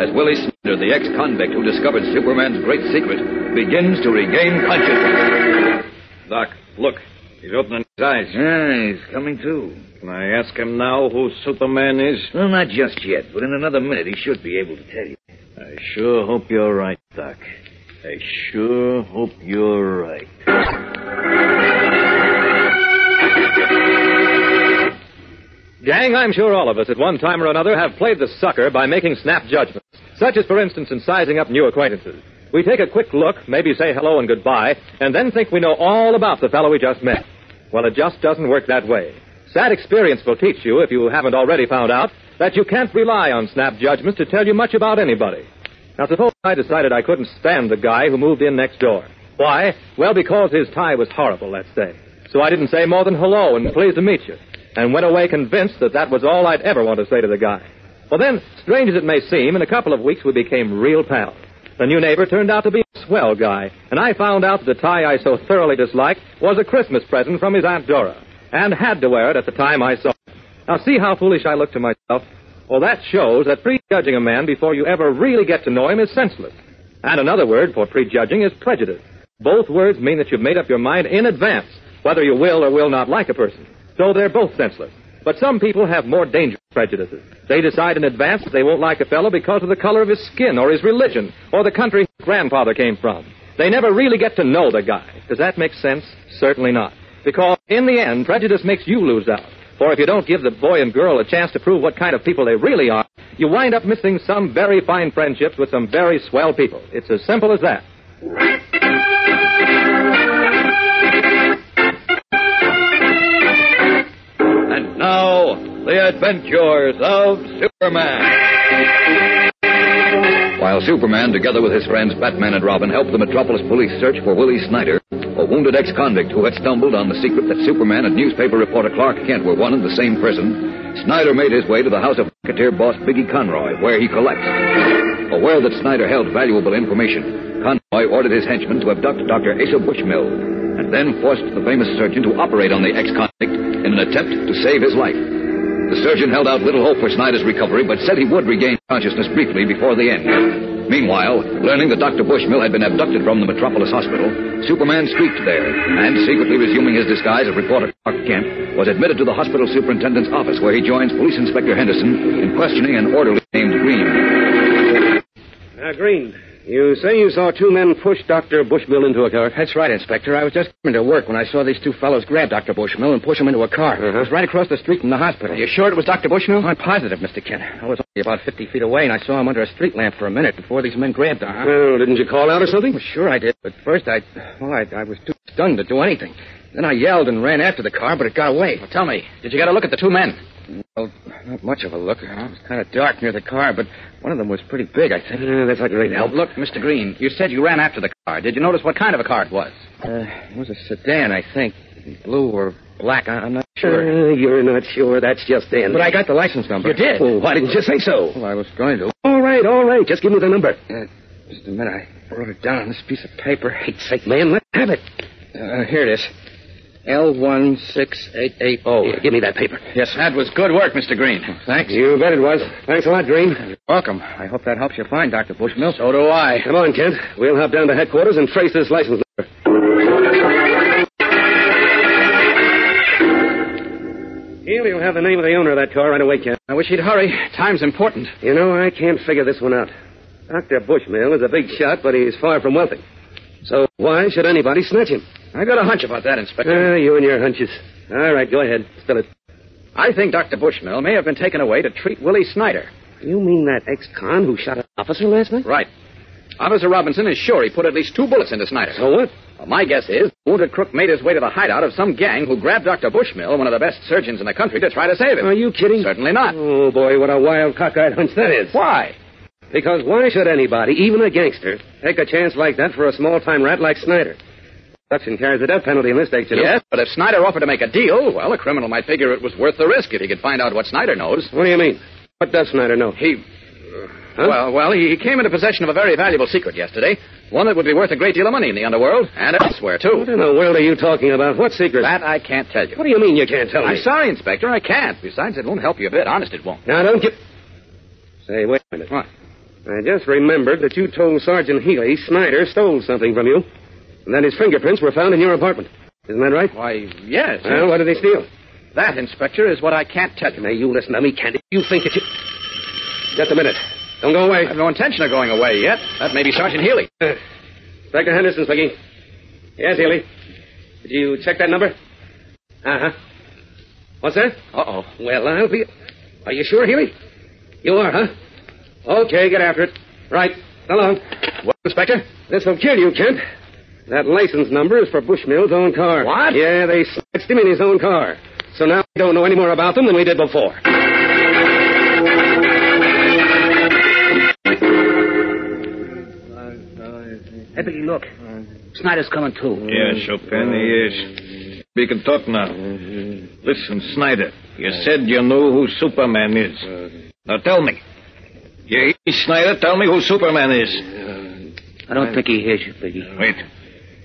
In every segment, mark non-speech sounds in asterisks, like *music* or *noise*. as Willie Snyder, the ex-convict who discovered Superman's great secret, begins to regain consciousness. Doc, look. He's opening his eyes. Yeah, he's coming to. Can I ask him now who Superman is? Well, not just yet, but in another minute he should be able to tell you. I sure hope you're right, Doc. I sure hope you're right. Gang, I'm sure all of us at one time or another have played the sucker by making snap judgments, such as, for instance, in sizing up new acquaintances. We take a quick look, maybe say hello and goodbye, and then think we know all about the fellow we just met. Well, it just doesn't work that way. Sad experience will teach you, if you haven't already found out, that you can't rely on snap judgments to tell you much about anybody. Now, suppose I decided I couldn't stand the guy who moved in next door. Why? Well, because his tie was horrible, let's say. So I didn't say more than hello and pleased to meet you, and went away convinced that that was all I'd ever want to say to the guy. Well, then, strange as it may seem, in a couple of weeks we became real pals. The new neighbor turned out to be a swell guy, and I found out that the tie I so thoroughly disliked was a Christmas present from his Aunt Dora, and had to wear it at the time I saw it. Now, see how foolish I look to myself? Well, that shows that prejudging a man before you ever really get to know him is senseless. And another word for prejudging is prejudice. Both words mean that you've made up your mind in advance whether you will or will not like a person. So they're both senseless. But some people have more dangerous prejudices. They decide in advance that they won't like a fellow because of the color of his skin or his religion or the country his grandfather came from. They never really get to know the guy. Does that make sense? Certainly not. Because in the end, prejudice makes you lose out. For if you don't give the boy and girl a chance to prove what kind of people they really are, you wind up missing some very fine friendships with some very swell people. It's as simple as that. And now, the adventures of Superman. While Superman, together with his friends Batman and Robin, helped the Metropolis police search for Willie Snyder, a wounded ex convict who had stumbled on the secret that Superman and newspaper reporter Clark Kent were one and the same person, Snyder made his way to the house of racketeer boss Biggie Conroy, where he collapsed. Aware that Snyder held valuable information, Conroy ordered his henchmen to abduct Dr. Asa Bushmill, and then forced the famous surgeon to operate on the ex convict in an attempt to save his life. The surgeon held out little hope for Snyder's recovery, but said he would regain consciousness briefly before the end. Meanwhile, learning that Dr. Bushmill had been abducted from the Metropolis Hospital, Superman streaked there and, secretly resuming his disguise of reporter Clark Kent, was admitted to the hospital superintendent's office where he joins Police Inspector Henderson in questioning an orderly named Green. Now, Uh, Green, You say you saw two men push Dr. Bushmill into a car? That's right, Inspector. I was just coming to work when I saw these two fellows grab Dr. Bushmill and push him into a car. Uh-huh. It was right across the street from the hospital. You sure it was Dr. Bushmill? I'm positive, Mr. Kent. I was only about 50 feet away, and I saw him under a street lamp for a minute before these men grabbed him. Well, didn't you call out or something? Well, sure I did, but first I... Well, I, I was too stunned to do anything. Then I yelled and ran after the car, but it got away. Well, tell me, did you get a look at the two men? Well, not much of a look. It was kind of dark near the car, but one of them was pretty big, I think. Uh, that's not great help. Look, Mr. Green, you said you ran after the car. Did you notice what kind of a car it was? Uh, it was a sedan, I think. Blue or black, I- I'm not sure. Uh, you're not sure. That's just in. But I got the license number. You did? Oh, Well, why didn't you say so? Well, I was going to. All right, all right. Just give me the number. Uh, just a minute. I wrote it down on this piece of paper. Heck's sake, man, let's have it. Uh, here it is. L16880. Here, give me that paper. Yes, That was good work, Mr. Green. Thanks. You bet it was. Thanks a lot, Green. Welcome. I hope that helps you find Dr. Bushmill. So do I. Come on, Kent. We'll hop down to headquarters and trace this license number. Here we'll have the name of the owner of that car right away, Kent. I wish he'd hurry. Time's important. You know, I can't figure this one out. Dr. Bushmill is a big shot, but he's far from wealthy. So why should anybody snatch him? I got a hunch about that, Inspector. Ah, you and your hunches. All right, go ahead. Spill it. I think Dr. Bushmill may have been taken away to treat Willie Snyder. You mean that ex-con who shot an officer last night? Right. Officer Robinson is sure he put at least two bullets into Snyder. So what? Well, my guess is the wounded crook made his way to the hideout of some gang who grabbed Dr. Bushmill, one of the best surgeons in the country, to try to save him. Are you kidding? Certainly not. Oh, boy, what a wild cockeyed hunch that is. Why? Because why should anybody, even a gangster, take a chance like that for a small-time rat like Snyder? Abduction carries the death penalty in this state, you know. Yes, but if Snyder offered to make a deal, well, a criminal might figure it was worth the risk if he could find out what Snyder knows. What do you mean? What does Snyder know? He. Well, well, he he came into possession of a very valuable secret yesterday. One that would be worth a great deal of money in the underworld and elsewhere, What too. in the world are you talking about? What secret? That I can't tell you. What do you mean you can't tell me? I'm sorry, Inspector. I can't. Besides, it won't help you a bit. Honest, it won't. Now, don't get... Say, wait a minute. What? I just remembered that you told Sergeant Healy Snyder stole something from you, and that his fingerprints were found in your apartment. Isn't that right? Why, yes. Well, what did he steal? that, Inspector, is what I can't tell you. Now, you listen to me, Candy. You think that you... Just a minute. Don't go away. I have no intention of going away yet. That may be Sergeant Healy. Inspector Henderson speaking. Yes, Healy. Did you check that number? Uh huh. What's that? Uh-oh. Well, I'll be. Are you sure, Healy? You are, huh? Okay, get after it. Right. So long. What, Inspector? This will kill you, Kent. That license number is for Bushmill's own car. What? Yeah, they snatched him in his own car. So now we don't know any more about them than we did before. Eppity, look. Snyder's coming, too. Yes, Chopin, he is. We can talk now. Listen, Snyder, you said you know who Superman is. Now tell me. You, Snyder, tell me who Superman is. Uh, I don't think he hears you, Biggie. Wait.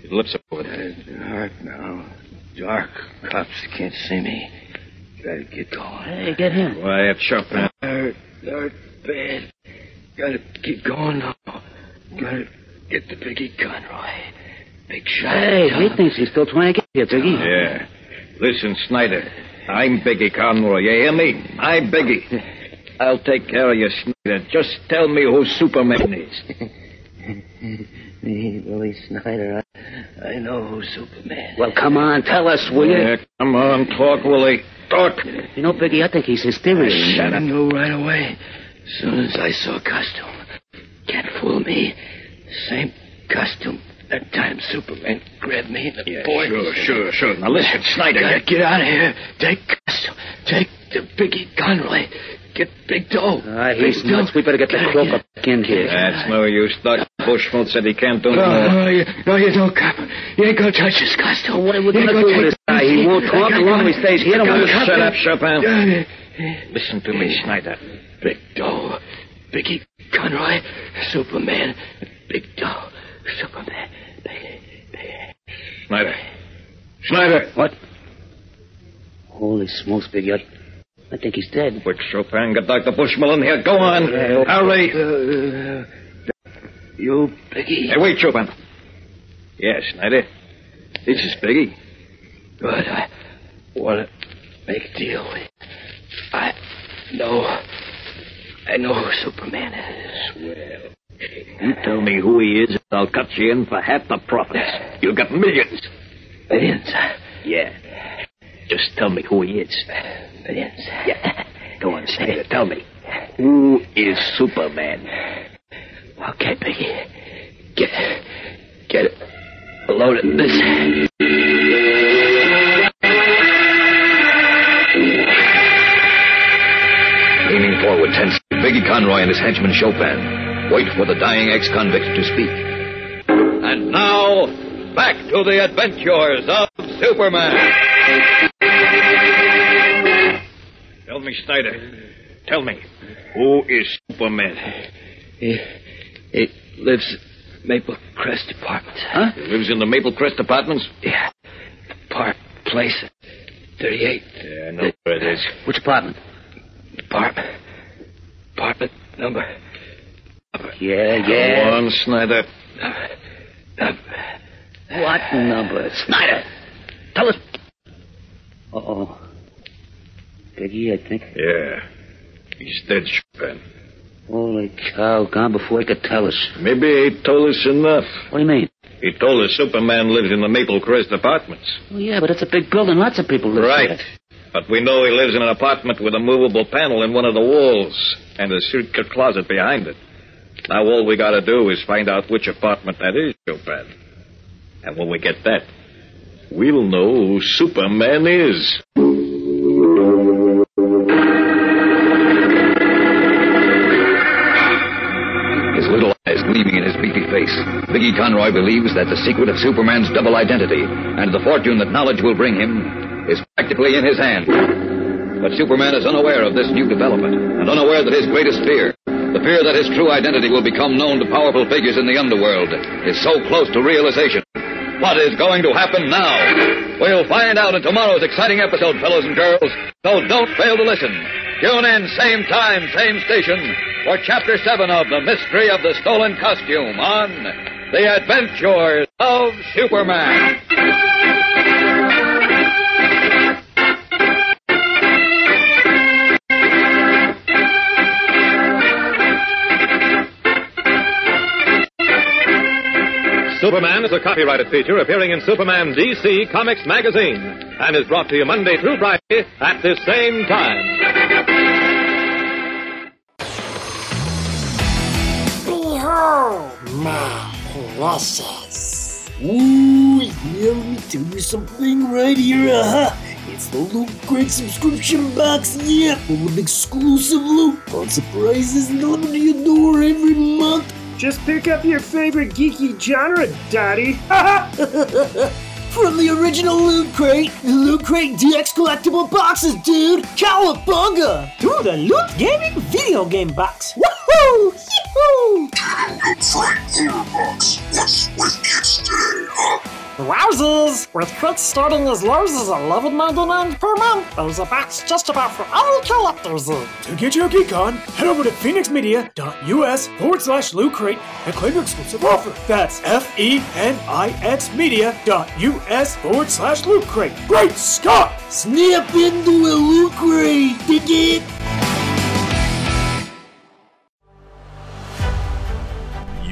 His lips are open. Dark now. Dark. Cops can't see me. Gotta get going. Hey, get him. Quiet, Chopin. Dark, dark, bad. Gotta keep going now. Gotta get the Biggie Conroy. Big shot. Hey, he thinks he's still trying to get here, Biggie. Yeah. Listen, Snyder, I'm Biggie Conroy. You hear me? I'm Biggie. I'll take care of you, Snyder. Just tell me who Superman is. Me, Willie Snyder. I, I know who Superman Well, come on, tell us, will you? Yeah, come on, talk, Willie. Talk. You know, Biggie, I think he's hysterical. Shut up. Knew right away. As soon as I saw costume. Can't fool me. Same costume. That time Superman grabbed me in the boy. Sure, sure, sure. Now listen, Snyder, you Gotta get out of here. Take costume. Take the Biggie Conroy. Get Big Toe. Ah, he's Big Toe. nuts. We better get the Gotta crook up back in here. That's no use, Doc. Bushmill said he can't do No, no. no, you, no, you don't, cop. You ain't gonna touch this costume. What are we You ain't gonna do take with this guy? He won't talk I the longer got he stays here, I the got more- cop. Shut up, Chopin. Yeah. Listen to me, Snyder. Big Doe. Biggie Conroy. Superman. Big Doe. Superman. Big, big. Snyder. Snyder! What? Holy smokes, Biggie. I- I think he's dead. Quick, Chopin, get Dr. Bushmill in here. Go on. Hurry. Uh, you, Biggie. Hey, wait, Chopin. Yes, Snyder. This is Biggie. Good. I want to make a deal with you. I know. I know who Superman is. Well, okay. You tell me who he is, and I'll cut you in for half the profits. You got millions. Millions? Yeah. uh, Just tell me who he is. Millions. Yeah. Go on, Snyder. Tell me. Who is Superman? Okay, Piggy. Get get it. Load it in this. *laughs* Leaning forward tensely, Biggie Conroy and his henchman Chopin wait for the dying ex-convict to speak. And now, back to the adventures of Superman. Tell me, Snyder. Tell me. Who is Superman? He, he lives at Maple Crest Apartments. Huh? He lives in the Maple Crest Apartments? Yeah. Park Place, 38. Yeah, I know where it is. Which apartment? Apartment. Apartment number. Yeah, Go yeah. on, Snyder. What number? Snyder! Tell us. Uh oh. Piggy, I think. Yeah. He's dead, Chopin. Holy cow, gone before he could tell us. Maybe he told us enough. What do you mean? He told us Superman lives in the Maple Crest Apartments. Well, yeah, but it's a big building. Lots of people live Right. there. But we know he lives in an apartment with a movable panel in one of the walls and a suitcase closet behind it. Now all we gotta do is find out which apartment that is, Chopin. And when we get that, we'll know who Superman is. His little eyes gleaming in his beefy face, Biggie Conroy believes that the secret of Superman's double identity and the fortune that knowledge will bring him is practically in his hand. But Superman is unaware of this new development and unaware that his greatest fear, the fear that his true identity will become known to powerful figures in the underworld, is so close to realization. What is going to happen now? We'll find out in tomorrow's exciting episode, fellows and girls. So don't fail to listen. Tune in same time, same station for Chapter 7 of The Mystery of the Stolen Costume on The Adventures of Superman. Superman is a copyrighted feature appearing in Superman DC Comics Magazine and is brought to you Monday through Friday at this same time. Behold my process. Ooh, yeah, let me tell you something right here. Uh-huh. It's the Loot Crate subscription box, yeah, full of exclusive loot, fun surprises delivered to your door every month. Just pick up your favorite geeky genre, Daddy. From the original Loot Crate, the Loot Crate DX collectible boxes, dude! Cowabunga! To the Loot Gaming video game box! Woohoo! Yee-hoo! What's with kids today, huh? Wowzers! With crits starting as low as 11.99 per month, there's a box just about for all collectors. To get your geek on, head over to phoenixmedia.us forward slash loot crate and claim your exclusive offer. That's F E N I X media.us forward slash loot crate. Great Scott! Snap into a loot crate, dig it?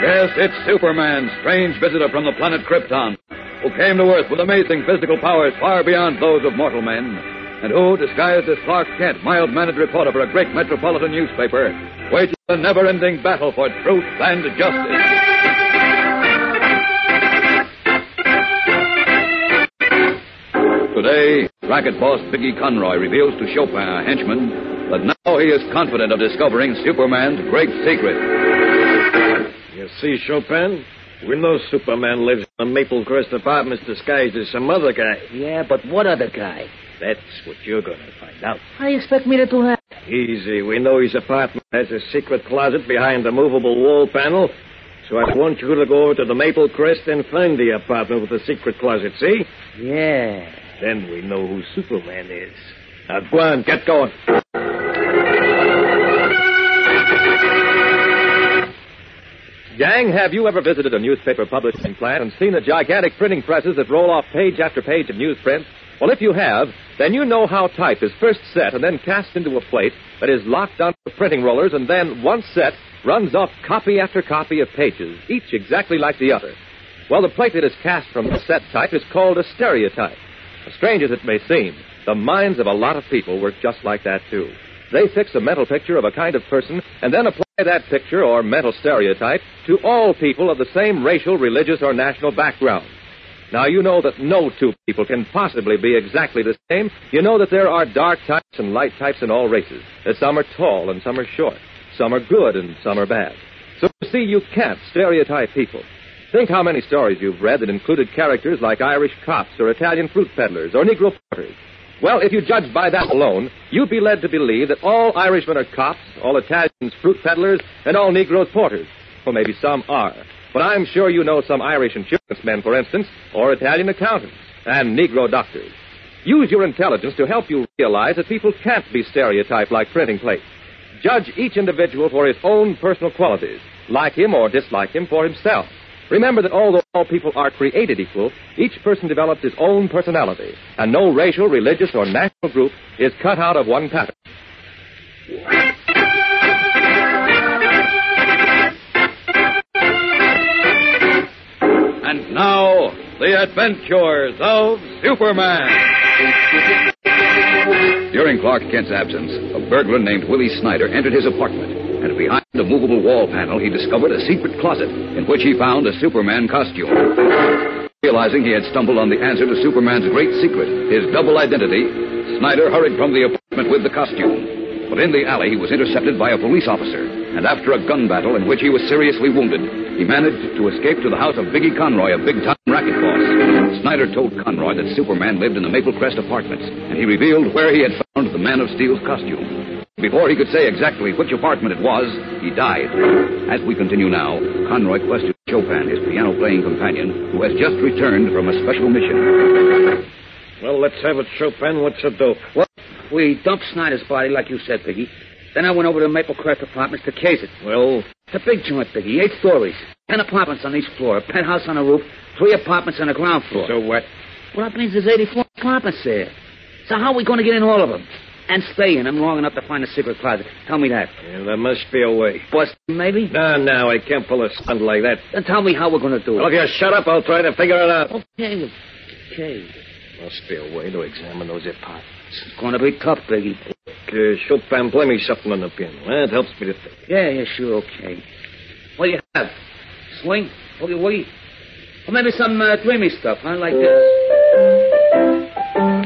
Yes, it's Superman, strange visitor from the planet Krypton, who came to Earth with amazing physical powers far beyond those of mortal men, and who, disguised as Clark Kent, mild mannered reporter for a great metropolitan newspaper, wages a never ending battle for truth and justice. Today, racket boss Biggie Conroy reveals to Chopin, a henchman, that now he is confident of discovering Superman's great secret. You see, Chopin? We know Superman lives in the Maple Crest apartments disguised as some other guy. Yeah, but what other guy? That's what you're going to find out. How you expect me to do that? Easy. We know his apartment has a secret closet behind the movable wall panel. So I want you to go over to the Maple Crest and find the apartment with the secret closet, see? Yeah. Then we know who Superman is. Now, go on, get going. Gang, have you ever visited a newspaper publishing plant and seen the gigantic printing presses that roll off page after page of newsprint? Well, if you have, then you know how type is first set and then cast into a plate that is locked onto printing rollers and then, once set, runs off copy after copy of pages, each exactly like the other. Well, the plate that is cast from the set type is called a stereotype. As strange as it may seem, the minds of a lot of people work just like that, too. They fix a mental picture of a kind of person and then apply that picture or mental stereotype to all people of the same racial, religious, or national background. Now, you know that no two people can possibly be exactly the same. You know that there are dark types and light types in all races, that some are tall and some are short, some are good and some are bad. So, you see, you can't stereotype people. Think how many stories you've read that included characters like Irish cops or Italian fruit peddlers or Negro porters. Well, if you judged by that alone, you'd be led to believe that all Irishmen are cops, all Italians fruit peddlers, and all Negroes porters. Well, maybe some are. But I'm sure you know some Irish insurance men, for instance, or Italian accountants, and Negro doctors. Use your intelligence to help you realize that people can't be stereotyped like printing plates. Judge each individual for his own personal qualities, like him or dislike him for himself. Remember that although all people are created equal, each person develops his own personality, and no racial, religious, or national group is cut out of one pattern. And now, the adventures of Superman. During Clark Kent's absence, a burglar named Willie Snyder entered his apartment, and behind a movable wall panel, he discovered a secret closet in which he found a Superman costume. Realizing he had stumbled on the answer to Superman's great secret, his double identity, Snyder hurried from the apartment with the costume. But in the alley, he was intercepted by a police officer, and after a gun battle in which he was seriously wounded, he managed to escape to the house of Biggie Conroy, a big-time racket boss. Snyder told Conroy that Superman lived in the Maple Crest apartments, and he revealed where he had found the Man of Steel's costume. Before he could say exactly which apartment it was, he died. As we continue now, Conroy questions Chopin, his piano playing companion, who has just returned from a special mission. Well, let's have it, Chopin. What's the dope? Well, we dumped Snyder's body, like you said, Biggie. Then I went over to Maple Crest Apartments to case it. Well? It's a big joint, Biggie. Eight stories. Ten apartments on each floor, a penthouse on the roof, three apartments on the ground floor. So what? Well, that means there's 84 apartments there. So how are we going to get in all of them? And stay in them long enough to find the secret closet. Tell me that. Yeah, there must be a way. Bust, maybe? No, no, I can't pull a stunt like that. Then tell me how we're going to do it. Well, if you shut up, I'll try to figure it out. Okay, okay. Must be a way to examine those apartments. It's going to be tough, Biggie. Uh, Chopin, play me something on the piano. That helps me to think. Yeah, yeah, sure, okay. What do you have? Swing? Boogie woogie? Or maybe some uh, dreamy stuff, huh? Like uh, this.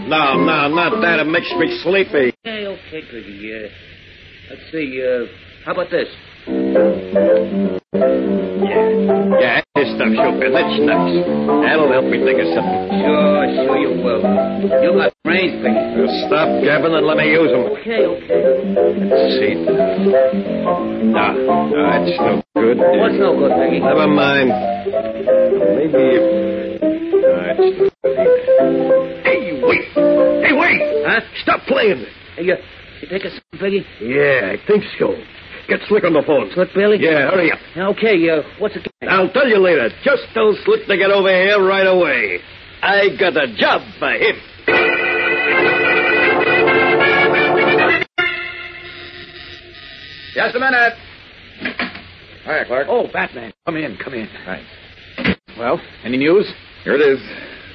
No, no, not that. It makes me sleepy. Okay, okay, Biggie. Uh, let's see. Uh, how about this? Yeah, yeah, this stuff, Chopin. That's nice. That'll help me think of something. Sure, sure you will. You got brains, Big. Stop gabbing and let me use them. Okay, okay. Let's see. Nah, no, no, that's no good. What's no good, Peggy? Never mind. Maybe if... No, it's no good either. Hey, wait! Hey, wait! Huh? Stop playing! Hey, you, you think of something, Peggy? Yeah, I think so. Get Slick on the phone. Slick Billy? Yeah, hurry up. Okay, uh, what's it? Game? I'll tell you later. Just tell Slick to get over here right away. I got a job for him. Just a minute. All right, Clark. Oh, Batman. Come in, come in. Thanks. Well, any news? Here it is.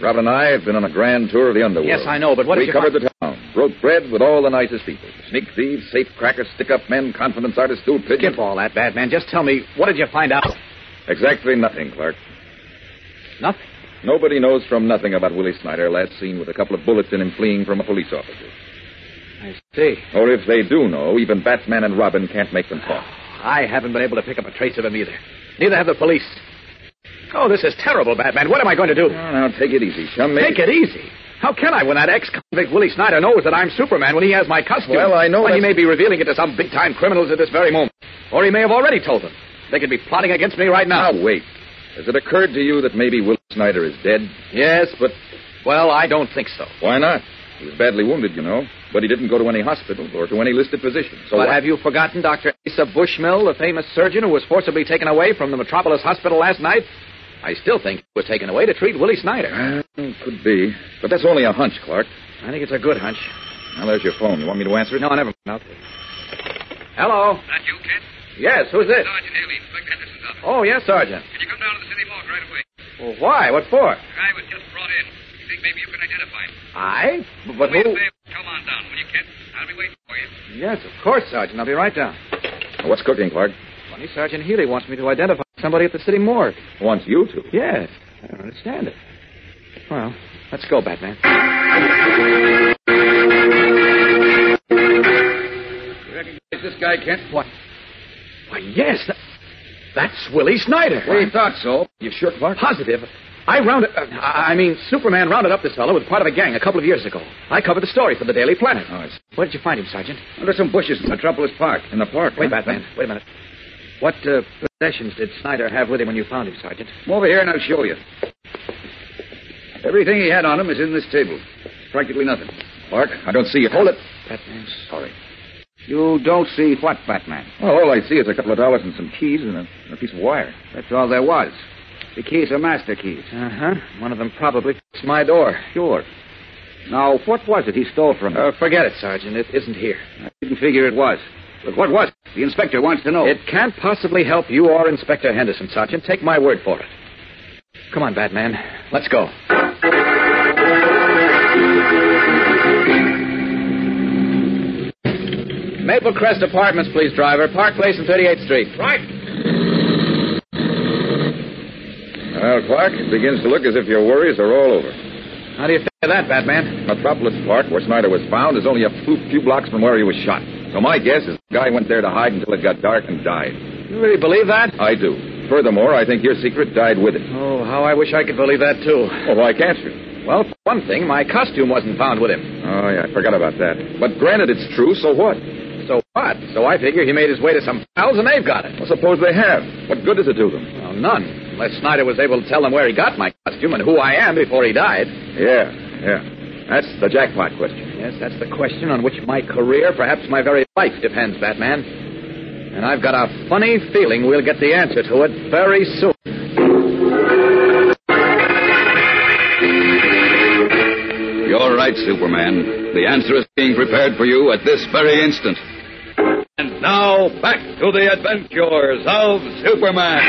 Rob and I have been on a grand tour of the underworld. Yes, I know, but what we did covered find... the town, broke bread with all the nicest people: sneak thieves, safe crackers, stick-up men, confidence artists, stool pigeons. Skip all that, Batman. Just tell me, what did you find out? Exactly nothing, Clark. Nothing. Nobody knows from nothing about Willie Snyder, last seen with a couple of bullets in him fleeing from a police officer. I see. Or if they do know, even Batman and Robin can't make them talk. I haven't been able to pick up a trace of him either. Neither have the police. Oh, this is terrible, Batman. What am I going to do? Now, take it easy, chum. Maybe- Take it easy. How can I when that ex-convict Willie Snyder knows that I'm Superman when he has my costume? Well, I know Why, he that's- may be revealing it to some big-time criminals at this very moment. Or he may have already told them. They could be plotting against me right now. Now, wait. Has it occurred to you that maybe Will Snyder is dead? Yes, but. Well, I don't think so. Why not? He was badly wounded, you know, but he didn't go to any hospital or to any listed physician. So what? but have you forgotten Dr. Asa Bushmill, the famous surgeon who was forcibly taken away from the Metropolis Hospital last night? I still think he was taken away to treat Willie Snyder. Uh, Could be, but that's only a hunch, Clark. I think it's a good hunch. Now there's your phone. You want me to answer it? No, never mind. I'll take it. Hello. That you, Kent? Yes, who's this? Sergeant Haley, Inspector Henderson's office. Oh, yes, Sergeant. Can you come down to the city morgue right away? Well, why? What for? The guy was just brought in. You think maybe you can identify him? Uh, I? B- But Wait who? a minute. Come on down, will you, Kent? I'll be waiting for you. Yes, of course, Sergeant. I'll be right down. What's cooking, Clark? Funny, Sergeant Healy wants me to identify somebody at the city morgue. Wants you to. Yes. I don't understand it. Well, let's go, Batman. You recognize this guy, Kent? What? Why, yes. tha- that's Willie Snyder. We thought so. You sure, Clark? Positive. I rounded. Uh, I I mean, Superman rounded up this fellow with part of a gang a couple of years ago. I covered the story for the Daily Planet. Oh, it's... Where did you find him, Sergeant? Under some bushes in Metropolis Park. In the park. Wait, huh? Batman. Wait a minute. What uh, possessions did Snyder have with him when you found him, Sergeant? Come over here and I'll show you. Everything he had on him is in this table. Practically nothing. Clark, I don't see it. Hold it. Batman. Sorry. You don't see what, Batman? Well, all I see is a couple of dollars and some keys and a, and a piece of wire. That's all there was. The keys are master keys. Uh huh. One of them probably fixed my door. Sure. Now, what was it he stole from you? Uh, forget it, Sergeant. It isn't here. I didn't figure it was. But what was it? The inspector wants to know. It can't possibly help you or Inspector Henderson, Sergeant. Take my word for it. Come on, Batman. Let's go. Maple Crest Apartments, please, driver. Park Place and 38th Street. Right. Well, Clark, it begins to look as if your worries are all over. How do you think of that, Batman? Metropolis Park, where Snyder was found, is only a few, few blocks from where he was shot. So my guess is the guy went there to hide until it got dark and died. You really believe that? I do. Furthermore, I think your secret died with it. Oh, how I wish I could believe that, too. Well, why can't you? Well, for one thing, my costume wasn't found with him. Oh, yeah, I forgot about that. But granted, it's true, so what? So what? So I figure he made his way to some pals and they've got it. Well, suppose they have. What good does it do them? Well, none. Unless Snyder was able to tell them where he got my costume and who I am before he died. Yeah, yeah. That's the jackpot question. Yes, that's the question on which my career, perhaps my very life, depends, Batman. And I've got a funny feeling we'll get the answer to it very soon. You're right, Superman. The answer is being prepared for you at this very instant. And now back to the adventures of Superman.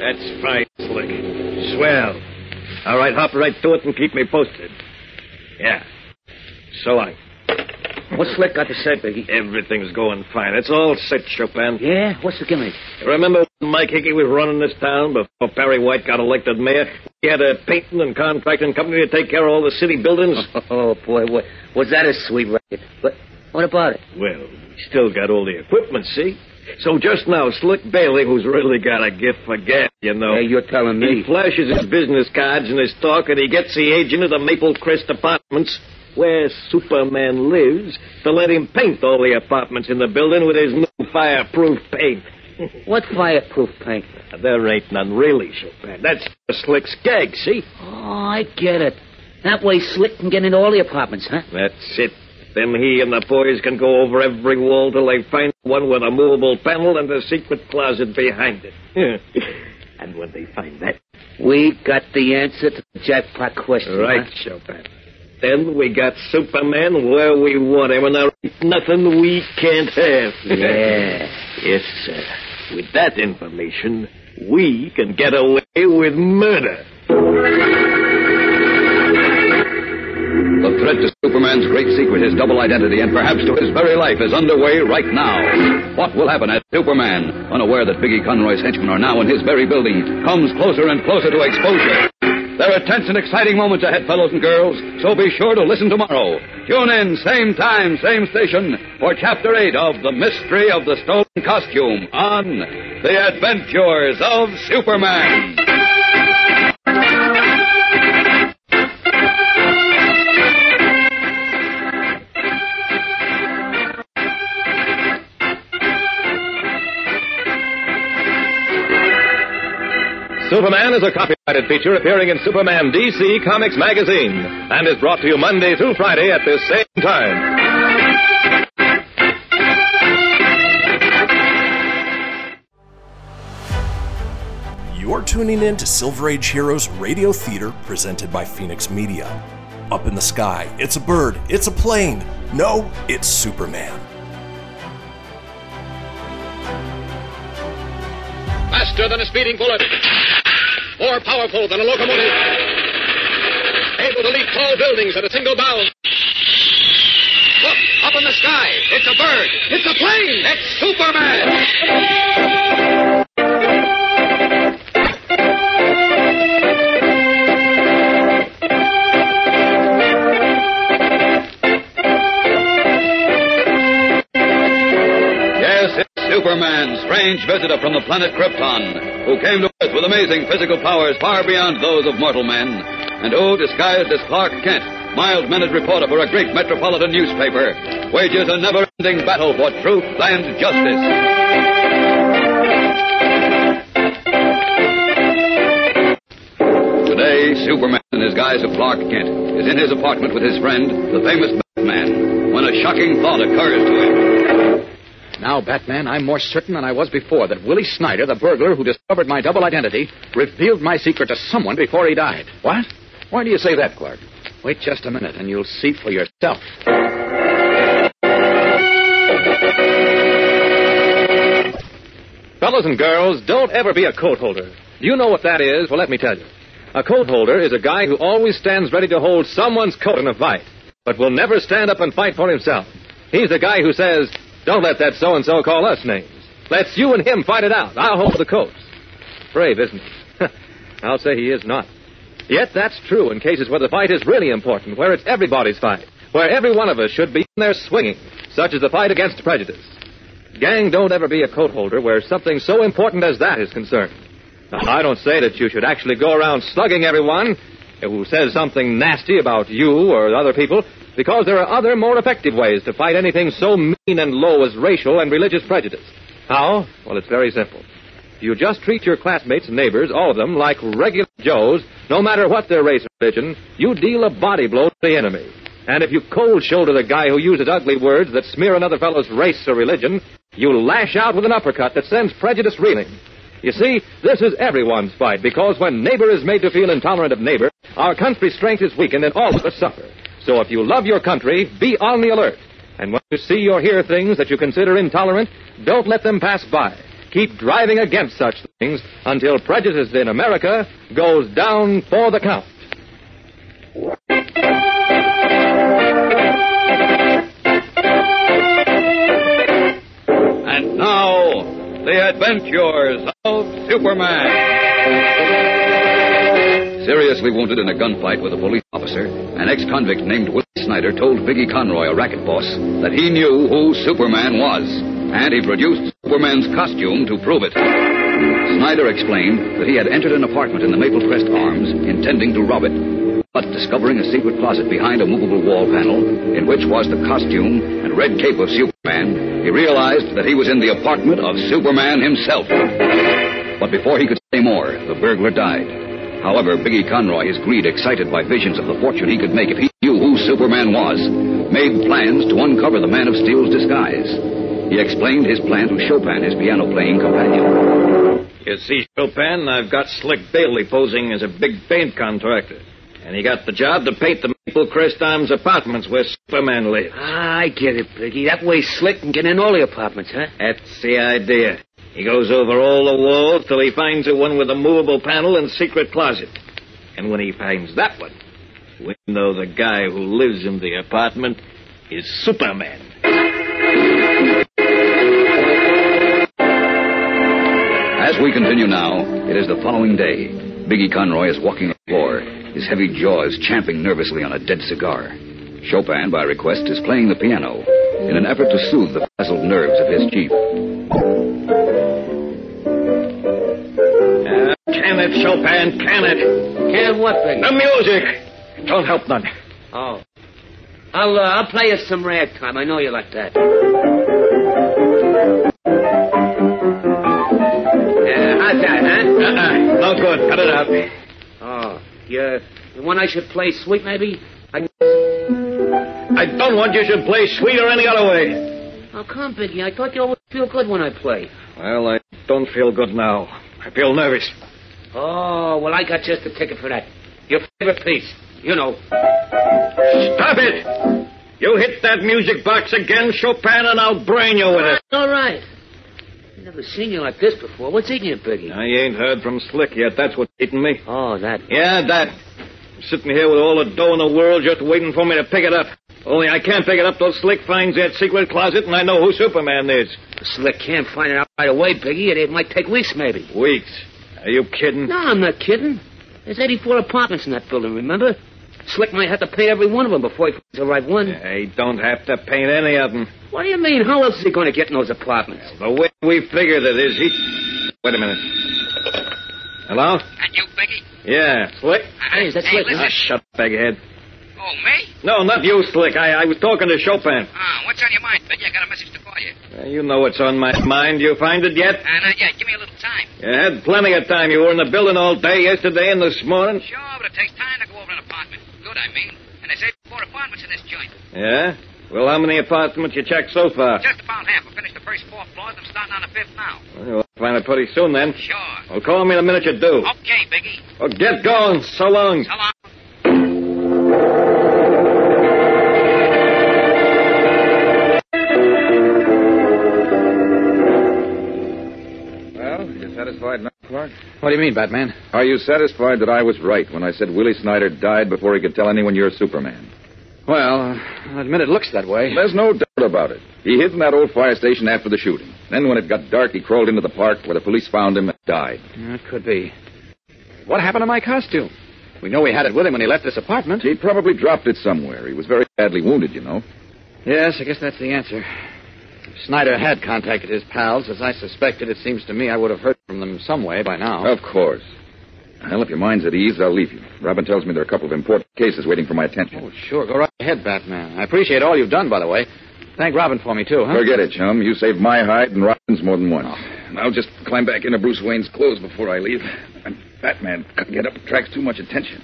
That's fine, Slick. Swell. All right, hop right to it and keep me posted. Yeah. So long. What's Slick got to say, Biggie? Everything's going fine. It's all set, Chopin. Yeah? What's the gimmick? Remember when Mike Hickey was running this town before Perry White got elected mayor? He had a painting and contracting company to take care of all the city buildings. *laughs* Oh, boy, what, was that a sweet racket? But what about it? Well, we still got all the equipment, see? So just now, Slick Bailey, who's really got a gift for gab, you know. Hey, you're telling He me. flashes his business cards and his stock, and he gets the agent of the Maple Crest Apartments, where Superman lives, to let him paint all the apartments in the building with his new fireproof paint. *laughs* Uh, What fireproof paint? There ain't none really, Chopin. That's Slick's gag, see? Oh, I get it. That way Slick can get into all the apartments, huh? That's it. Then he and the boys can go over every wall till they find one with a movable panel and a secret closet behind it. and when they find that, We got the answer to the jackpot question. Right, huh? Chopin. Then we got Superman where we want him, and there ain't nothing we *laughs* can't have. Yeah. yes, sir. With that information, we can get away with murder. The threat to Superman's great secret, his double identity, and perhaps to his very life is underway right now. What will happen as Superman, unaware that Biggie Conroy's henchmen are now in his very building, comes closer and closer to exposure? There are tense and exciting moments ahead, fellows and girls, so be sure to listen tomorrow. Tune in, same time, same station, for Chapter 8 of The Mystery of the Stolen Costume on The Adventures of Superman. Superman is a copyrighted feature appearing in Superman DC Comics magazine and is brought to you Monday through Friday at this same time. You're tuning in to Silver Age Heroes Radio Theater presented by Phoenix Media. Up in the sky, it's a bird, it's a plane. No, it's Superman. faster than a speeding bullet, more powerful than a locomotive, able to leap tall buildings at a single bound. Look, up in the sky, it's a bird, it's a plane, it's Superman! Yes, it's Superman, strange visitor from the planet Krypton, who came to Earth with amazing physical powers far beyond those of mortal men, and who, disguised as Clark Kent, mild-mannered reporter for a great metropolitan newspaper, wages a never-ending battle for truth and justice. Today, Superman, in his guise of Clark Kent, is in his apartment with his friend, the famous Batman, when a shocking thought occurs to him. Now, Batman, I'm more certain than I was before that Willie Snyder, the burglar who discovered my double identity, revealed my secret to someone before he died. What? Why do you say that, Clark? Wait just a minute, and you'll see for yourself. Fellas and girls, don't ever be a coat holder. Do you know what that is? Well, let me tell you. A coat holder is a guy who always stands ready to hold someone's coat in a fight, but will never stand up and fight for himself. He's the guy who says, Don't let that so and so call us names. Let's you and him fight it out. I'll hold the coats. Brave, isn't he? *laughs* I'll say he is not. Yet that's true in cases where the fight is really important, where it's everybody's fight, where every one of us should be in there swinging, such as the fight against prejudice. Gang, don't ever be a coat holder where something so important as that is concerned. Now, I don't say that you should actually go around slugging everyone who says something nasty about you or other people, because there are other, more effective ways to fight anything so mean and low as racial and religious prejudice. How? Well, it's very simple. You just treat your classmates and neighbors, all of them, like regular Joes, no matter what their race or religion. You deal a body blow to the enemy. And if you cold shoulder the guy who uses ugly words that smear another fellow's race or religion, you lash out with an uppercut that sends prejudice reeling. You see, this is everyone's fight because when neighbor is made to feel intolerant of neighbor, our country's strength is weakened and all of us suffer. So if you love your country, be on the alert. And when you see or hear things that you consider intolerant, don't let them pass by. Keep driving against such things until prejudice in America goes down for the count. And now, The Adventures of Superman. Seriously wounded in a gunfight with a police officer, an ex convict named Willie Snyder told Biggie Conroy, a racket boss, that he knew who Superman was, and he produced Superman's costume to prove it. Snyder explained that he had entered an apartment in the Maple Crest Arms, intending to rob it, but discovering a secret closet behind a movable wall panel, in which was the costume and red cape of Superman, he realized that he was in the apartment of Superman himself. But before he could say more, the burglar died. However, Biggie Conroy, his greed excited by visions of the fortune he could make if he knew who Superman was, made plans to uncover the Man of Steel's disguise. He explained his plan to Chopin, his piano playing companion. You see, Chopin, I've got Slick Bailey posing as a big paint contractor. And he got the job to paint the Maple Crest Arms apartments where Superman lives. Ah, I get it, Biggie. That way Slick can get in all the apartments, huh? That's the idea. He goes over all the walls till he finds the one with a movable panel and secret closet. And when he finds that one, we know the guy who lives in the apartment is Superman. As we continue now, it is the following day. Biggie Conroy is walking the floor, his heavy jaws champing nervously on a dead cigar. Chopin, by request, is playing the piano in an effort to soothe the frazzled nerves of his chief. Can it, Chopin? Can it? Can what thing? The music. Don't help none. Oh. I'll, uh, I'll play you some ragtime. I know you like that. Yeah, how's that, huh? Uh-uh. No good. Cut it out. Oh, you, you want I should play sweet, maybe? I... I don't want you should play sweet or any other way. Oh, come, Biggie. I thought you always feel good when I play. Well, I don't feel good now. I feel nervous. Oh, well, I got just a ticket for that. Your favorite piece. You know. Stop it! You hit that music box again, Chopin, and I'll brain you with it. All right. I've never seen you like this before. What's eating you, Biggie? I ain't heard from Slick yet. That's what's eating me. Oh, that. Yeah, that. I'm sitting here with all the dough in the world just waiting for me to pick it up. Only I can't pick it up till Slick finds that secret closet and I know who Superman is. Slick can't find it out right away, Biggie. It, it might take weeks, maybe. Weeks. Are you kidding? No, I'm not kidding. There's 84 apartments in that building, remember? Slick might have to paint every one of them before he finds the right one. I don't have to paint any of them. What do you mean? How else is he going to get in those apartments? The way we figured it is he. Wait a minute. Hello? And you, Biggie? Yeah, Slick? Hey, is that Hey, Slick? listen. Ah, shut up, egghead. Oh, me? No, not you, Slick. I, I was talking to Chopin. Ah, what's on your mind, Biggie? I got a message to call you. Uh, You know what's on my mind. You find it yet? Uh, not yet. Give me a little time. You had plenty of time. You were in the building all day yesterday and this morning. Sure, but it takes time to go over an apartment. Good, I mean. And there's 84 apartments in this joint. Yeah? Well, how many apartments you checked so Uh, far? Just about half. We finished the first four floors. I'm starting on the fifth now. Well, You'll find it pretty soon then. Sure. Well, call me the minute you do. Okay, Biggie. Well, get going. So long. So long. Well, you satisfied now, Clark? What do you mean, Batman? Are you satisfied that I was right when I said Willie Snyder died before he could tell anyone you're Superman? Well, I admit it looks that way. There's no doubt about it. He hid in that old fire station after the shooting. Then, when it got dark, he crawled into the park where the police found him and died. It could be. What happened to my costume? We know he had it with him when he left this apartment. He probably dropped it somewhere. He was very badly wounded, you know. Yes, I guess that's the answer. If Snyder had contacted his pals, as I suspected, it seems to me I would have heard from them some way by now. Of course. Well, if your mind's at ease, I'll leave you. Robin tells me there are a couple of important cases waiting for my attention. Oh, sure. Go right ahead, Batman. I appreciate all you've done, by the way. Thank Robin for me, too, huh? Forget it, chum. You saved my hide and Robin's more than once. Oh. I'll just climb back into Bruce Wayne's clothes before I leave. And Batman couldn't get up attracts too much attention.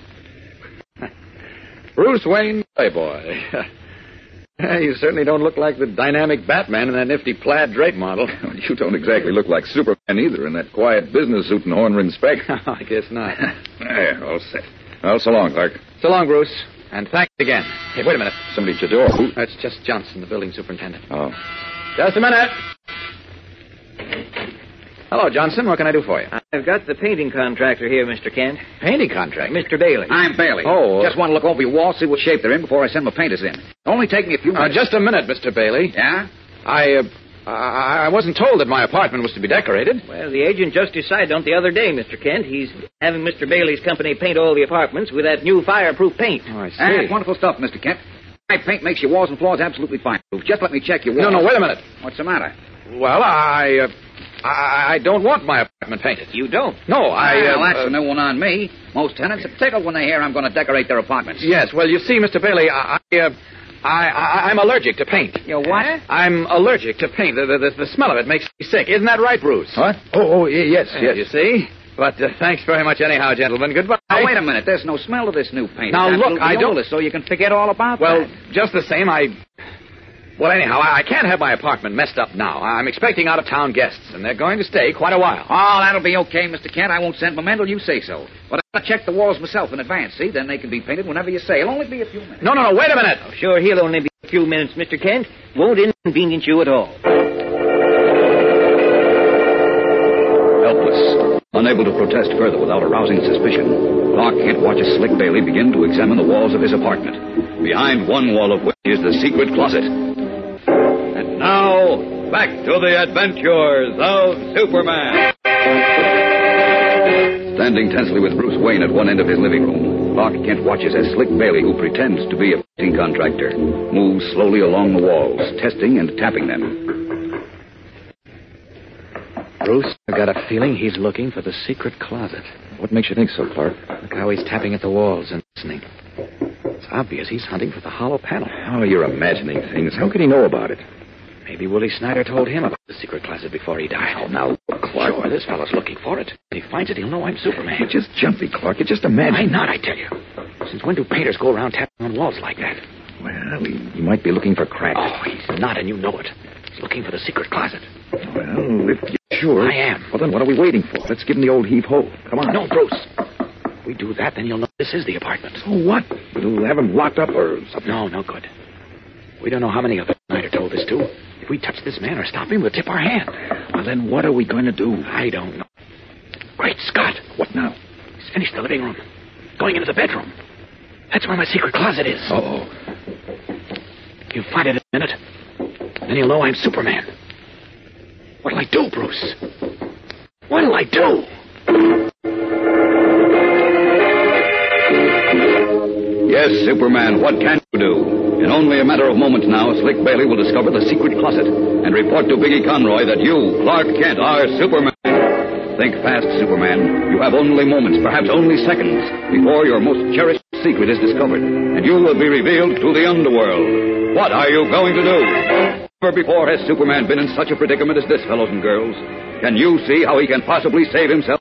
Bruce Wayne, playboy. *laughs* Hey, *laughs* you certainly don't look like the dynamic Batman in that nifty plaid drape model. *laughs* You don't exactly look like Superman either in that quiet business suit and horn rimmed spec. *laughs* I guess not. *laughs* there, all set. Well, so long, Clark. So long, Bruce. And thanks again. Hey, wait a minute. Somebody at your door. Who? That's just Johnson, the building superintendent. Oh. Just a minute. Hello, Johnson. What can I do for you? I've got the painting contractor here, Mr. Kent. Painting contract. Mr. Bailey. I'm Bailey. Oh, uh, Just want to look over your wall, see what shape they're in before I send my painters in. Only take me a few Uh, minutes. just a minute, Mr. Bailey. Yeah? I, uh, I I wasn't told that my apartment was to be decorated. Well, the agent just decided on it the other day, Mr. Kent. He's having Mr. Bailey's company paint all the apartments with that new fireproof paint. Oh, I see. Ah, That's wonderful stuff, Mr. Kent. My paint makes your walls and floors absolutely fireproof. Just let me check your No, walls. no, wait a minute. What's the matter? Well, I, uh, I, I don't want my apartment painted. You don't? No, I. Ah, well, uh, that's uh, a new one on me. Most tenants are tickled when they hear I'm going to decorate their apartments. Yes, well, you see, Mr. Bailey, I, I, uh, I, I, I'm allergic to paint. You what? I'm allergic to paint. The, the, the, the smell of it makes me sick. Isn't that right, Bruce? What? Oh, oh, y- yes, Uh, yes. You see? But uh, thanks very much, anyhow, gentlemen. Goodbye. Now, wait a minute. There's no smell of this new paint. Now, It's look, absolutely I don't- odorless, So you can forget all about Well, that. just the same, I. Well, anyhow, I, I can't have my apartment messed up now. I'm expecting out of town guests, and they're going to stay quite a while. Oh, that'll be okay, Mr. Kent. I won't send them in till you say so. But I'll check the walls myself in advance, see? Then they can be painted whenever you say. It'll only be a few minutes. No, no, no, wait a minute. Oh, sure, he'll only be a few minutes, Mr. Kent. Won't inconvenience you at all. Helpless. Unable to protest further without arousing suspicion, Clark Kent watches Slick Bailey begin to examine the walls of his apartment, behind one wall of which is the secret closet. And now, back to the adventures of Superman. Standing tensely with Bruce Wayne at one end of his living room, Clark Kent watches as Slick Bailey, who pretends to be a painting contractor, moves slowly along the walls, testing and tapping them. Bruce, I got a feeling he's looking for the secret closet. What makes you think so, Clark? Look how he's tapping at the walls and listening. It's obvious he's hunting for the hollow panel. Oh, you're imagining things. How could he know about it? Maybe Willie Snyder told him about the secret closet before he died. Oh, now, Clark. Sure, this fellow's looking for it. If he finds it, he'll know I'm Superman. You're just jumpy, Clark. You're just imagining. Why not, I tell you? Since when do painters go around tapping on walls like that? Well, he, he might be looking for cracks. Oh, he's not, and you know it. He's looking for the secret closet. Well, if you're sure. I am. Well, then what are we waiting for? Let's give him the old heave ho. Come on. No, Bruce. If we do that, then you'll know this is the apartment. So what? We'll have him locked up or something. No, no good. We don't know how many of them Snyder told us to. If we touch this man or stop him, we'll tip our hand. Well, then what are we going to do? I don't know. Great Scott! What now? He's finished the living room. Going into the bedroom. That's where my secret closet is. Uh-oh. You'll find it in a minute. Then you'll know I'm Superman. What'll I do, Bruce? What'll I do? Yes, Superman, what can you do? In only a matter of moments now, Slick Bailey will discover the secret closet and report to Biggie Conroy that you, Clark Kent, are Superman. Think fast, Superman. You have only moments, perhaps only seconds, before your most cherished secret is discovered, and you will be revealed to the underworld. What are you going to do? Never before has Superman been in such a predicament as this, fellows and girls. Can you see how he can possibly save himself?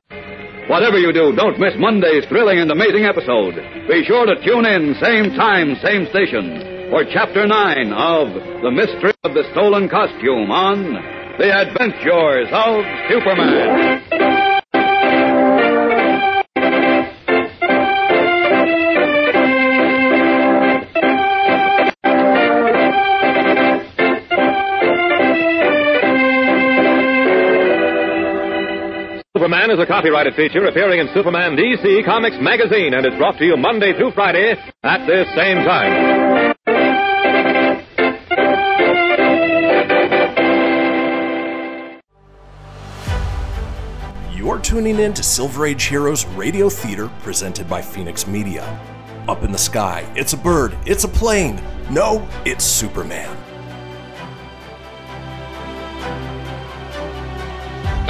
Whatever you do, don't miss Monday's thrilling and amazing episode. Be sure to tune in, same time, same station, for Chapter 9 of The Mystery of the Stolen Costume on The Adventures of Superman. Superman is a copyrighted feature appearing in Superman DC Comics Magazine, and it's brought to you Monday through Friday at this same time. You're tuning in to Silver Age Heroes Radio Theater presented by Phoenix Media. Up in the sky, it's a bird, it's a plane. No, it's Superman.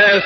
Yes,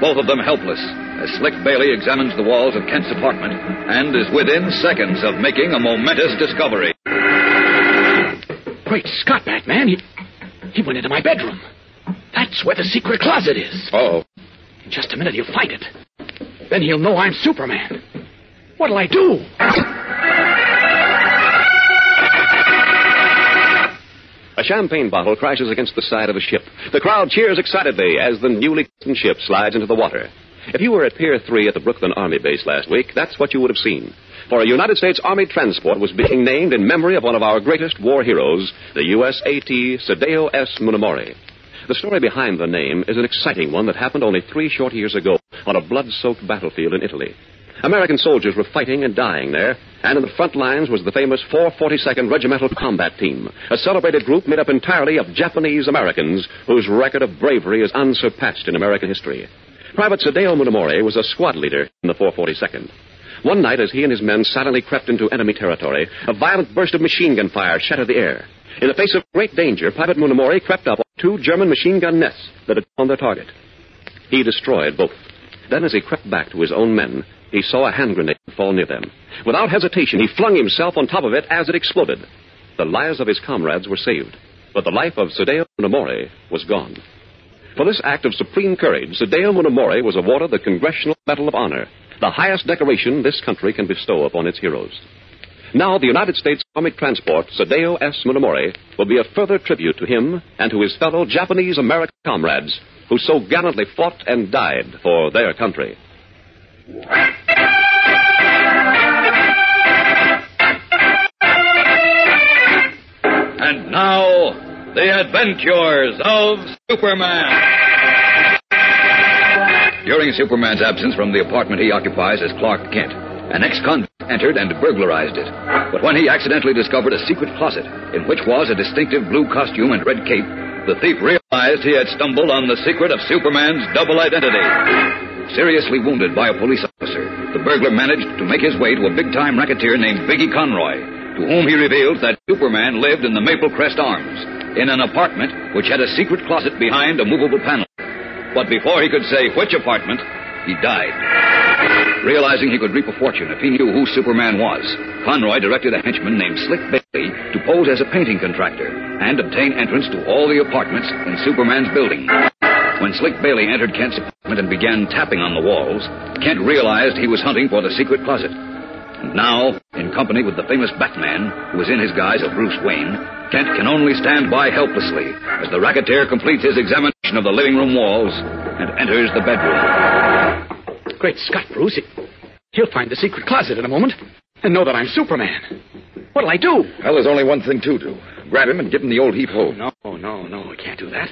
both of them helpless, as Slick Bailey examines the walls of Kent's apartment and is within seconds of making a momentous discovery. Great Scott, Batman. He, he went into my bedroom. That's where the secret closet is. Oh, In just a minute, he'll find it. Then he'll know I'm Superman. What'll I do? A champagne bottle crashes against the side of a ship. The crowd cheers excitedly as the newly christened ship slides into the water. If you were at Pier 3 at the Brooklyn Army Base last week, that's what you would have seen. For a United States Army transport was being named in memory of one of our greatest war heroes, the USAT Sadeo S. Munamori. The story behind the name is an exciting one that happened only three short years ago on a blood-soaked battlefield in Italy. American soldiers were fighting and dying there, and in the front lines was the famous 442nd Regimental Combat Team, a celebrated group made up entirely of Japanese Americans whose record of bravery is unsurpassed in American history. Private Sadeo Munamori was a squad leader in the 442nd. One night, as he and his men silently crept into enemy territory, a violent burst of machine gun fire shattered the air. In the face of great danger, Private Munamori crept up on two German machine gun nests that had on their target. He destroyed both. Then, as he crept back to his own men, he saw a hand grenade fall near them. Without hesitation, he flung himself on top of it as it exploded. The lives of his comrades were saved, but the life of Sadeo Nomori was gone. For this act of supreme courage, Sadeo Munamori was awarded the Congressional Medal of Honor, the highest decoration this country can bestow upon its heroes. Now, the United States Atomic Transport, Sadeo S. Munamori, will be a further tribute to him and to his fellow Japanese American comrades who so gallantly fought and died for their country. And now, the adventures of Superman. During Superman's absence from the apartment he occupies as Clark Kent, an ex convict entered and burglarized it. But when he accidentally discovered a secret closet, in which was a distinctive blue costume and red cape, the thief realized he had stumbled on the secret of Superman's double identity. Seriously wounded by a police officer, the burglar managed to make his way to a big time racketeer named Biggie Conroy, to whom he revealed that Superman lived in the Maple Crest Arms, in an apartment which had a secret closet behind a movable panel. But before he could say which apartment, he died. Realizing he could reap a fortune if he knew who Superman was, Conroy directed a henchman named Slick Bailey to pose as a painting contractor and obtain entrance to all the apartments in Superman's building. When Slick Bailey entered Kent's apartment and began tapping on the walls, Kent realized he was hunting for the secret closet. And now, in company with the famous Batman, who was in his guise of Bruce Wayne, Kent can only stand by helplessly as the racketeer completes his examination of the living room walls and enters the bedroom. Great Scott, Bruce. He- He'll find the secret closet in a moment and know that I'm Superman. What'll I do? Well, there's only one thing to do. Grab him and give him the old heave ho. No, no, no, we can't do that.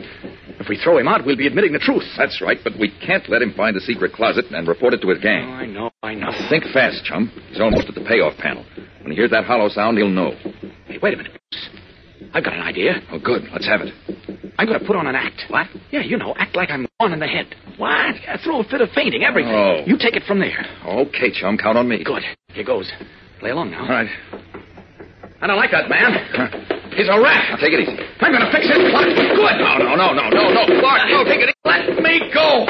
If we throw him out, we'll be admitting the truth. That's right, but we can't let him find the secret closet and report it to his gang. I know, I know. Think fast, chum. He's almost at the payoff panel. When he hears that hollow sound, he'll know. Hey, wait a minute, Bruce. I've got an idea. Oh, good. Let's have it. I'm going to put on an act. What? Yeah, you know, act like I'm on in the head. What? Yeah, throw a fit of fainting, everything. *laughs* Oh. You take it from there. Okay, chum. Count on me. Good. Here goes. Play along now. All right. I don't like that man. He's a rat. Now take it easy. I'm going to fix him. What? Good. No, no, no, no, no, no. Clark, no. Take it easy. Let me go.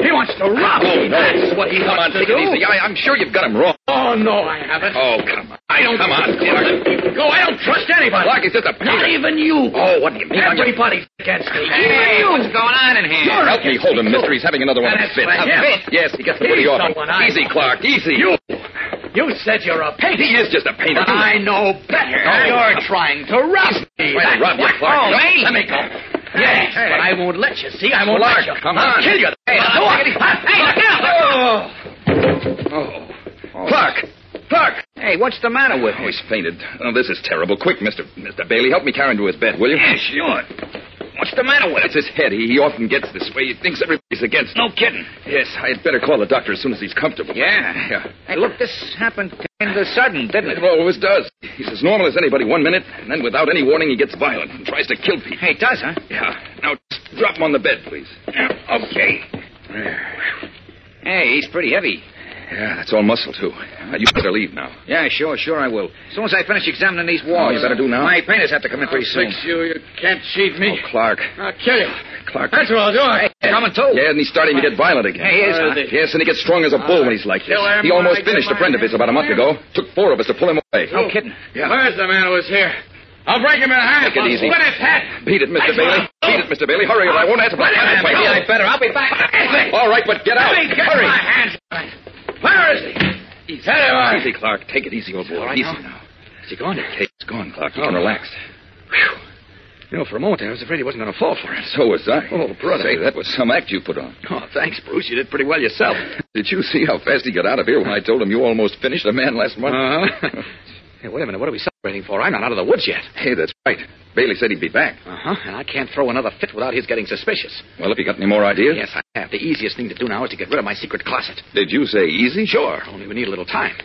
He wants to rob Oh, me. no. That's what he Come on, wants take to do. it easy. I, I'm sure you've got him wrong. Oh, no, I haven't. Oh, come on. I don't Come on, Clark. Let me go. I don't trust anybody. Clark, it's just a painter. Not even you. Oh, what do you mean? I'm just- Everybody's against me. Hey, even what's you. going on in here? You're Help me hold him, mister. He's having another one of That's fit. right. Yeah. Yes, he gets the He's pretty off him. someone I Easy, know. Clark. Easy. You. You said you're a painter. He is just a painter. But I know better. Oh. You're trying to rob me. Trying to rob you, That's Clark. what- Oh, No, let let me go. Yes, Hey. but I won't let you. See, I won't Clark, let you. come I'll on. kill you. Hey, I'll take do it it. Hey, look out. Oh. Clark! Clark! Hey, what's the matter with Oh, he's fainted. Oh, this is terrible. Quick, Mr. Mr. Bailey, help me carry him to his bed, will you? Yeah, sure. What's the matter with It's his head. He, he often gets this way. He thinks everybody's against him. No kidding. Yes, I had better call the doctor as soon as he's comfortable. Yeah. Yeah. Hey, look, this happened kind of sudden, didn't it? It always does. He's as normal as anybody one minute, and then without any warning, he gets violent and tries to kill people. Hey, it does, huh? Yeah. Now, just drop him on the bed, please. Yeah, okay. Hey, he's pretty heavy. Yeah, that's all muscle, too. Uh, You better leave now. Yeah, sure, sure I will. As soon as I finish examining these walls. Oh, you better do now. My painters have to come in pretty soon. you. You can't cheat me. Clark. I'll Oh, kill you. Clark. That's what I'll do. Hey, coming too. Yeah, and he's starting to get violent again. Hey, he is, huh? Yes, and he gets strong as a bull when he's like this. Kill him He when I almost get finished a my friend of his about a month hands ago. on Took four of us to pull him away. No kidding. Yeah. Where's the man who was here? I'll break him in half. Take it I'll easy. Split his head. Beat it, Mr. That's Bailey. what I'll Beat it, Mr. Bailey. Hurry, or I won't answer for Wait a minute, my maybe I better. I'll be back. All right, but get out. Let me get Hurry. my hands on it. Where is he? He's out of Easy, Clark. Take it easy, old boy. All right easy now. now. Is he gone? Okay, it's gone, Clark. You Oh. can relax. Whew. You know, for a moment there, I was afraid he wasn't going to fall for it. So was I. Oh, brother. Say, that was some act you put on. Oh, thanks, Bruce. You did pretty well yourself. *laughs* Did you see how fast he got out of here when I told him you almost finished a man last month? Uh-huh. *laughs* hey, wait a minute. What are we celebrating for? I'm not out of the woods yet. Hey, that's right. Bailey said he'd be back. Uh-huh. And I can't throw another fit without his getting suspicious. Well, if you got any more ideas? Yes, I have. The easiest thing to do now is to get rid of my secret closet. Did you say easy? Sure, only we need a little time.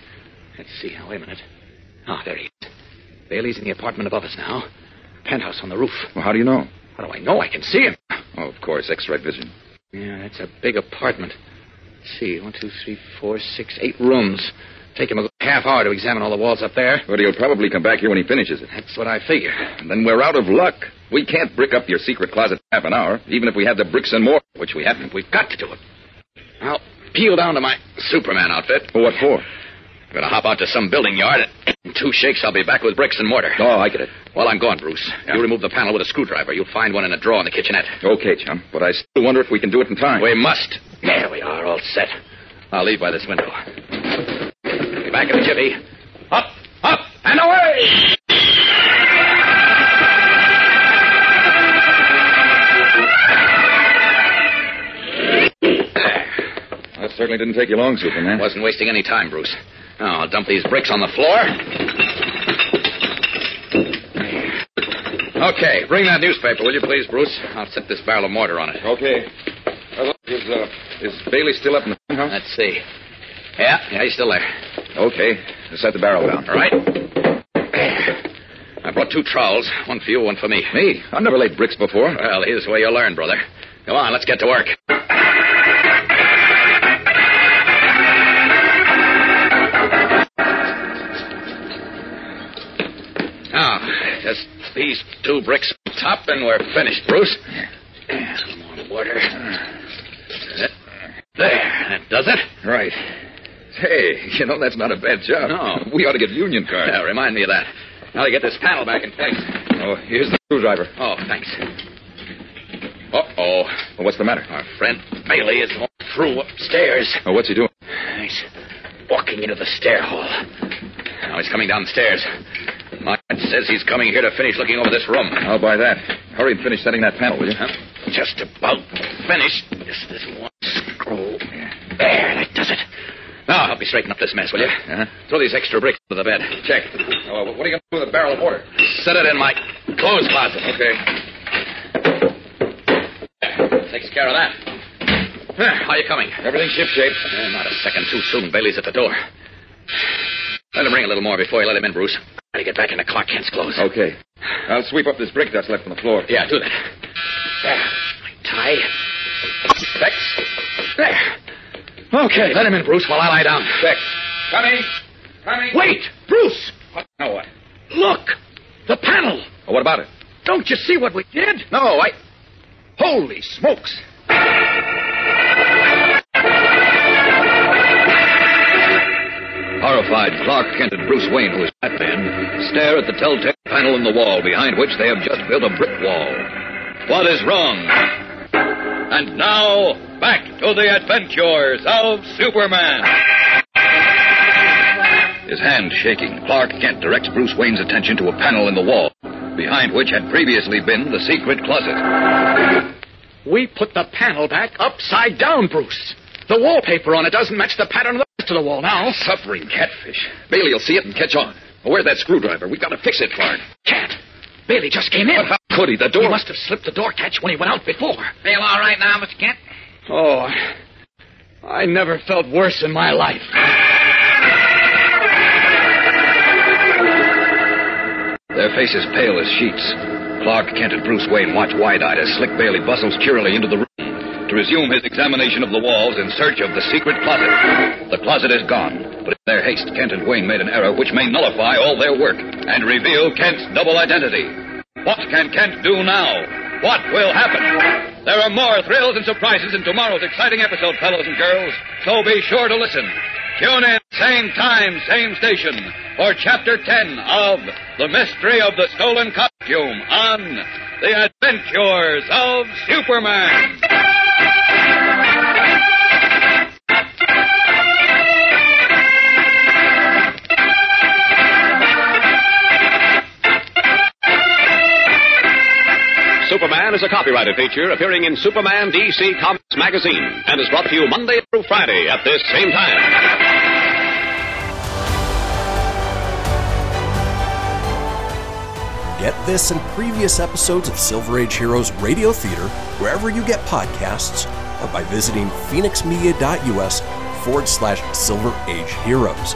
Let's see. Now, wait a minute. Ah, there he is. Bailey's in the apartment above us now. Penthouse on the roof. Well, how do you know? How do I know? I can see him. Oh, of course, X-ray vision. Yeah, that's a big apartment. Let's see. One, two, three, four, six, eight rooms. Take him a good half hour to examine all the walls up there. But he'll probably come back here when he finishes it. That's what I figure. And then we're out of luck. We can't brick up your secret closet in half an hour, even if we had the bricks and mortar, which we haven't. We've got to do it. Now, peel down to my Superman outfit. Well, what for? I'm going to hop out to some building yard. and In two shakes, I'll be back with bricks and mortar. Oh, I get it. While I'm gone, Bruce, you remove the panel with a screwdriver. You'll find one in a drawer in the kitchenette. Okay, chum. But I still wonder if we can do it in time. We must. There we are, all set. I'll leave by this window. Be back in a jiffy. Up, up, Oh, and away! That certainly didn't take you long, Superman. Wasn't wasting any time, Bruce. Now I'll dump these bricks on the floor. Okay, bring that newspaper, will you please, Bruce? I'll set this barrel of mortar on it. Okay. Hello, Is, uh, is Bailey still up in the house? Let's see. Yeah, yeah, he's still there. Okay. Just set the barrel down. All right. I brought two trowels, one for you, one for me. Me? I've never laid bricks before. Well, here's where you'll learn, brother. Come on, let's get to work. Now, just these two bricks on top, and we're finished, Bruce. Yeah, a little more water. There, that does it. Right. Hey, you know, that's not a bad job. No. We ought to get union cards. Yeah, remind me of that. Now to get this panel back in place. Oh, here's the screwdriver. Oh, thanks. Uh-oh. Well, what's the matter? Our friend Bailey is going through upstairs. Oh, what's he doing? He's walking into the stair hall. Now he's coming down the stairs. My aunt says he's coming here to finish looking over this room. I'll buy that. Hurry and finish setting that panel, will you? Huh? Just about finished. Just this one scroll. There, that does it. Now, help me straighten up this mess, will you? Uh-huh. Throw these extra bricks under the bed. Check. Oh, what are you going to do with a barrel of water? Set it in my clothes closet. Okay. There, Takes care of that. There, how are you coming? Everything shipshape. Eh, not a second too soon. Bailey's at the door. Let him ring a little more before you let him in, Bruce. Try to get back into Clark Kent's clothes. Okay. I'll sweep up this brick that's left on the floor. Yeah, do that. There. My tie. Bex. There. Okay, let him in, Bruce, while I lie down. Beck. Coming. Coming. Wait! Bruce! What? Now what? Look! The panel! Well, what about it? Don't you see what we did? No, I. Holy smokes! Horrified, Clark Kent and Bruce Wayne, who is Batman, stare at the telltale panel in the wall behind which they have just built a brick wall. What is wrong? And now, back to the adventures of Superman. His hand shaking, Clark Kent directs Bruce Wayne's attention to a panel in the wall, behind which had previously been the secret closet. We put the panel back upside down, Bruce. The wallpaper on it doesn't match the pattern of the rest of the wall now. Suffering catfish. Bailey'll see it and catch on. Where's that screwdriver? We've got to fix it, Clark. Can't. Bailey just came in. But how could he? The door. He must have slipped the door catch when he went out before. Feel all right now, Mr. Kent? Oh, I never felt worse in my life. Their faces pale as sheets. Clark Kent and Bruce Wayne watch wide eyed as Slick Bailey bustles cheerily into the room to resume his examination of the walls in search of the secret closet. The closet is gone, but in their haste, Kent and Wayne made an error which may nullify all their work and reveal Kent's double identity. What can Kent do now? What will happen? There are more thrills and surprises in tomorrow's exciting episode, fellows and girls, so be sure to listen. Tune in, same time, same station, for Chapter 10 of The Mystery of the Stolen Costume on The Adventures of Superman. Superman is a copyrighted feature appearing in Superman DC Comics magazine and is brought to you Monday through Friday at this same time. Get this and previous episodes of Silver Age Heroes Radio Theater wherever you get podcasts or by visiting phoenixmedia.us forward slash Silver Age Heroes.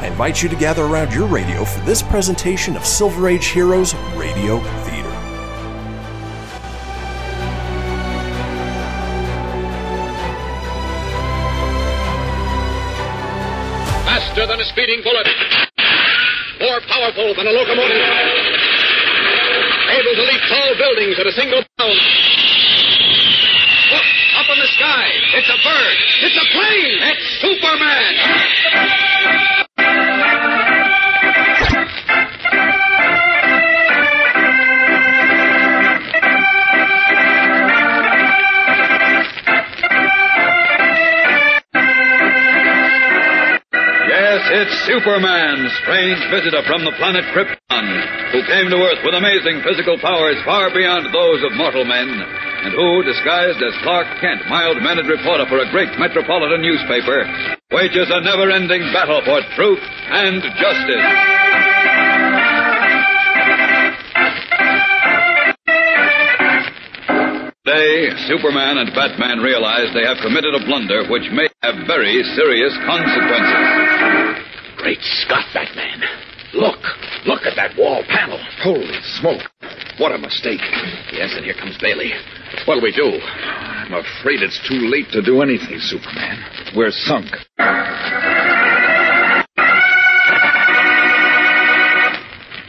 I invite you to gather around your radio for this presentation of Silver Age Heroes Radio Theater. Faster than a speeding bullet. More powerful than a locomotive. Able to leap tall buildings at a single bound. Look, up in the sky. It's a bird. It's a plane. It's Superman. Yes, it's Superman, strange visitor from the planet Krypton, who came to Earth with amazing physical powers far beyond those of mortal men, and who, disguised as Clark Kent, mild-mannered reporter for a great metropolitan newspaper, wages a never-ending battle for truth and justice. Today, Superman and Batman realize they have committed a blunder which may have very serious consequences. Great Scott, Batman. Look. Look at that wall panel. Holy smoke. What a mistake. Yes, and here comes Bailey. What'll we do? I'm afraid it's too late to do anything, Superman. We're sunk.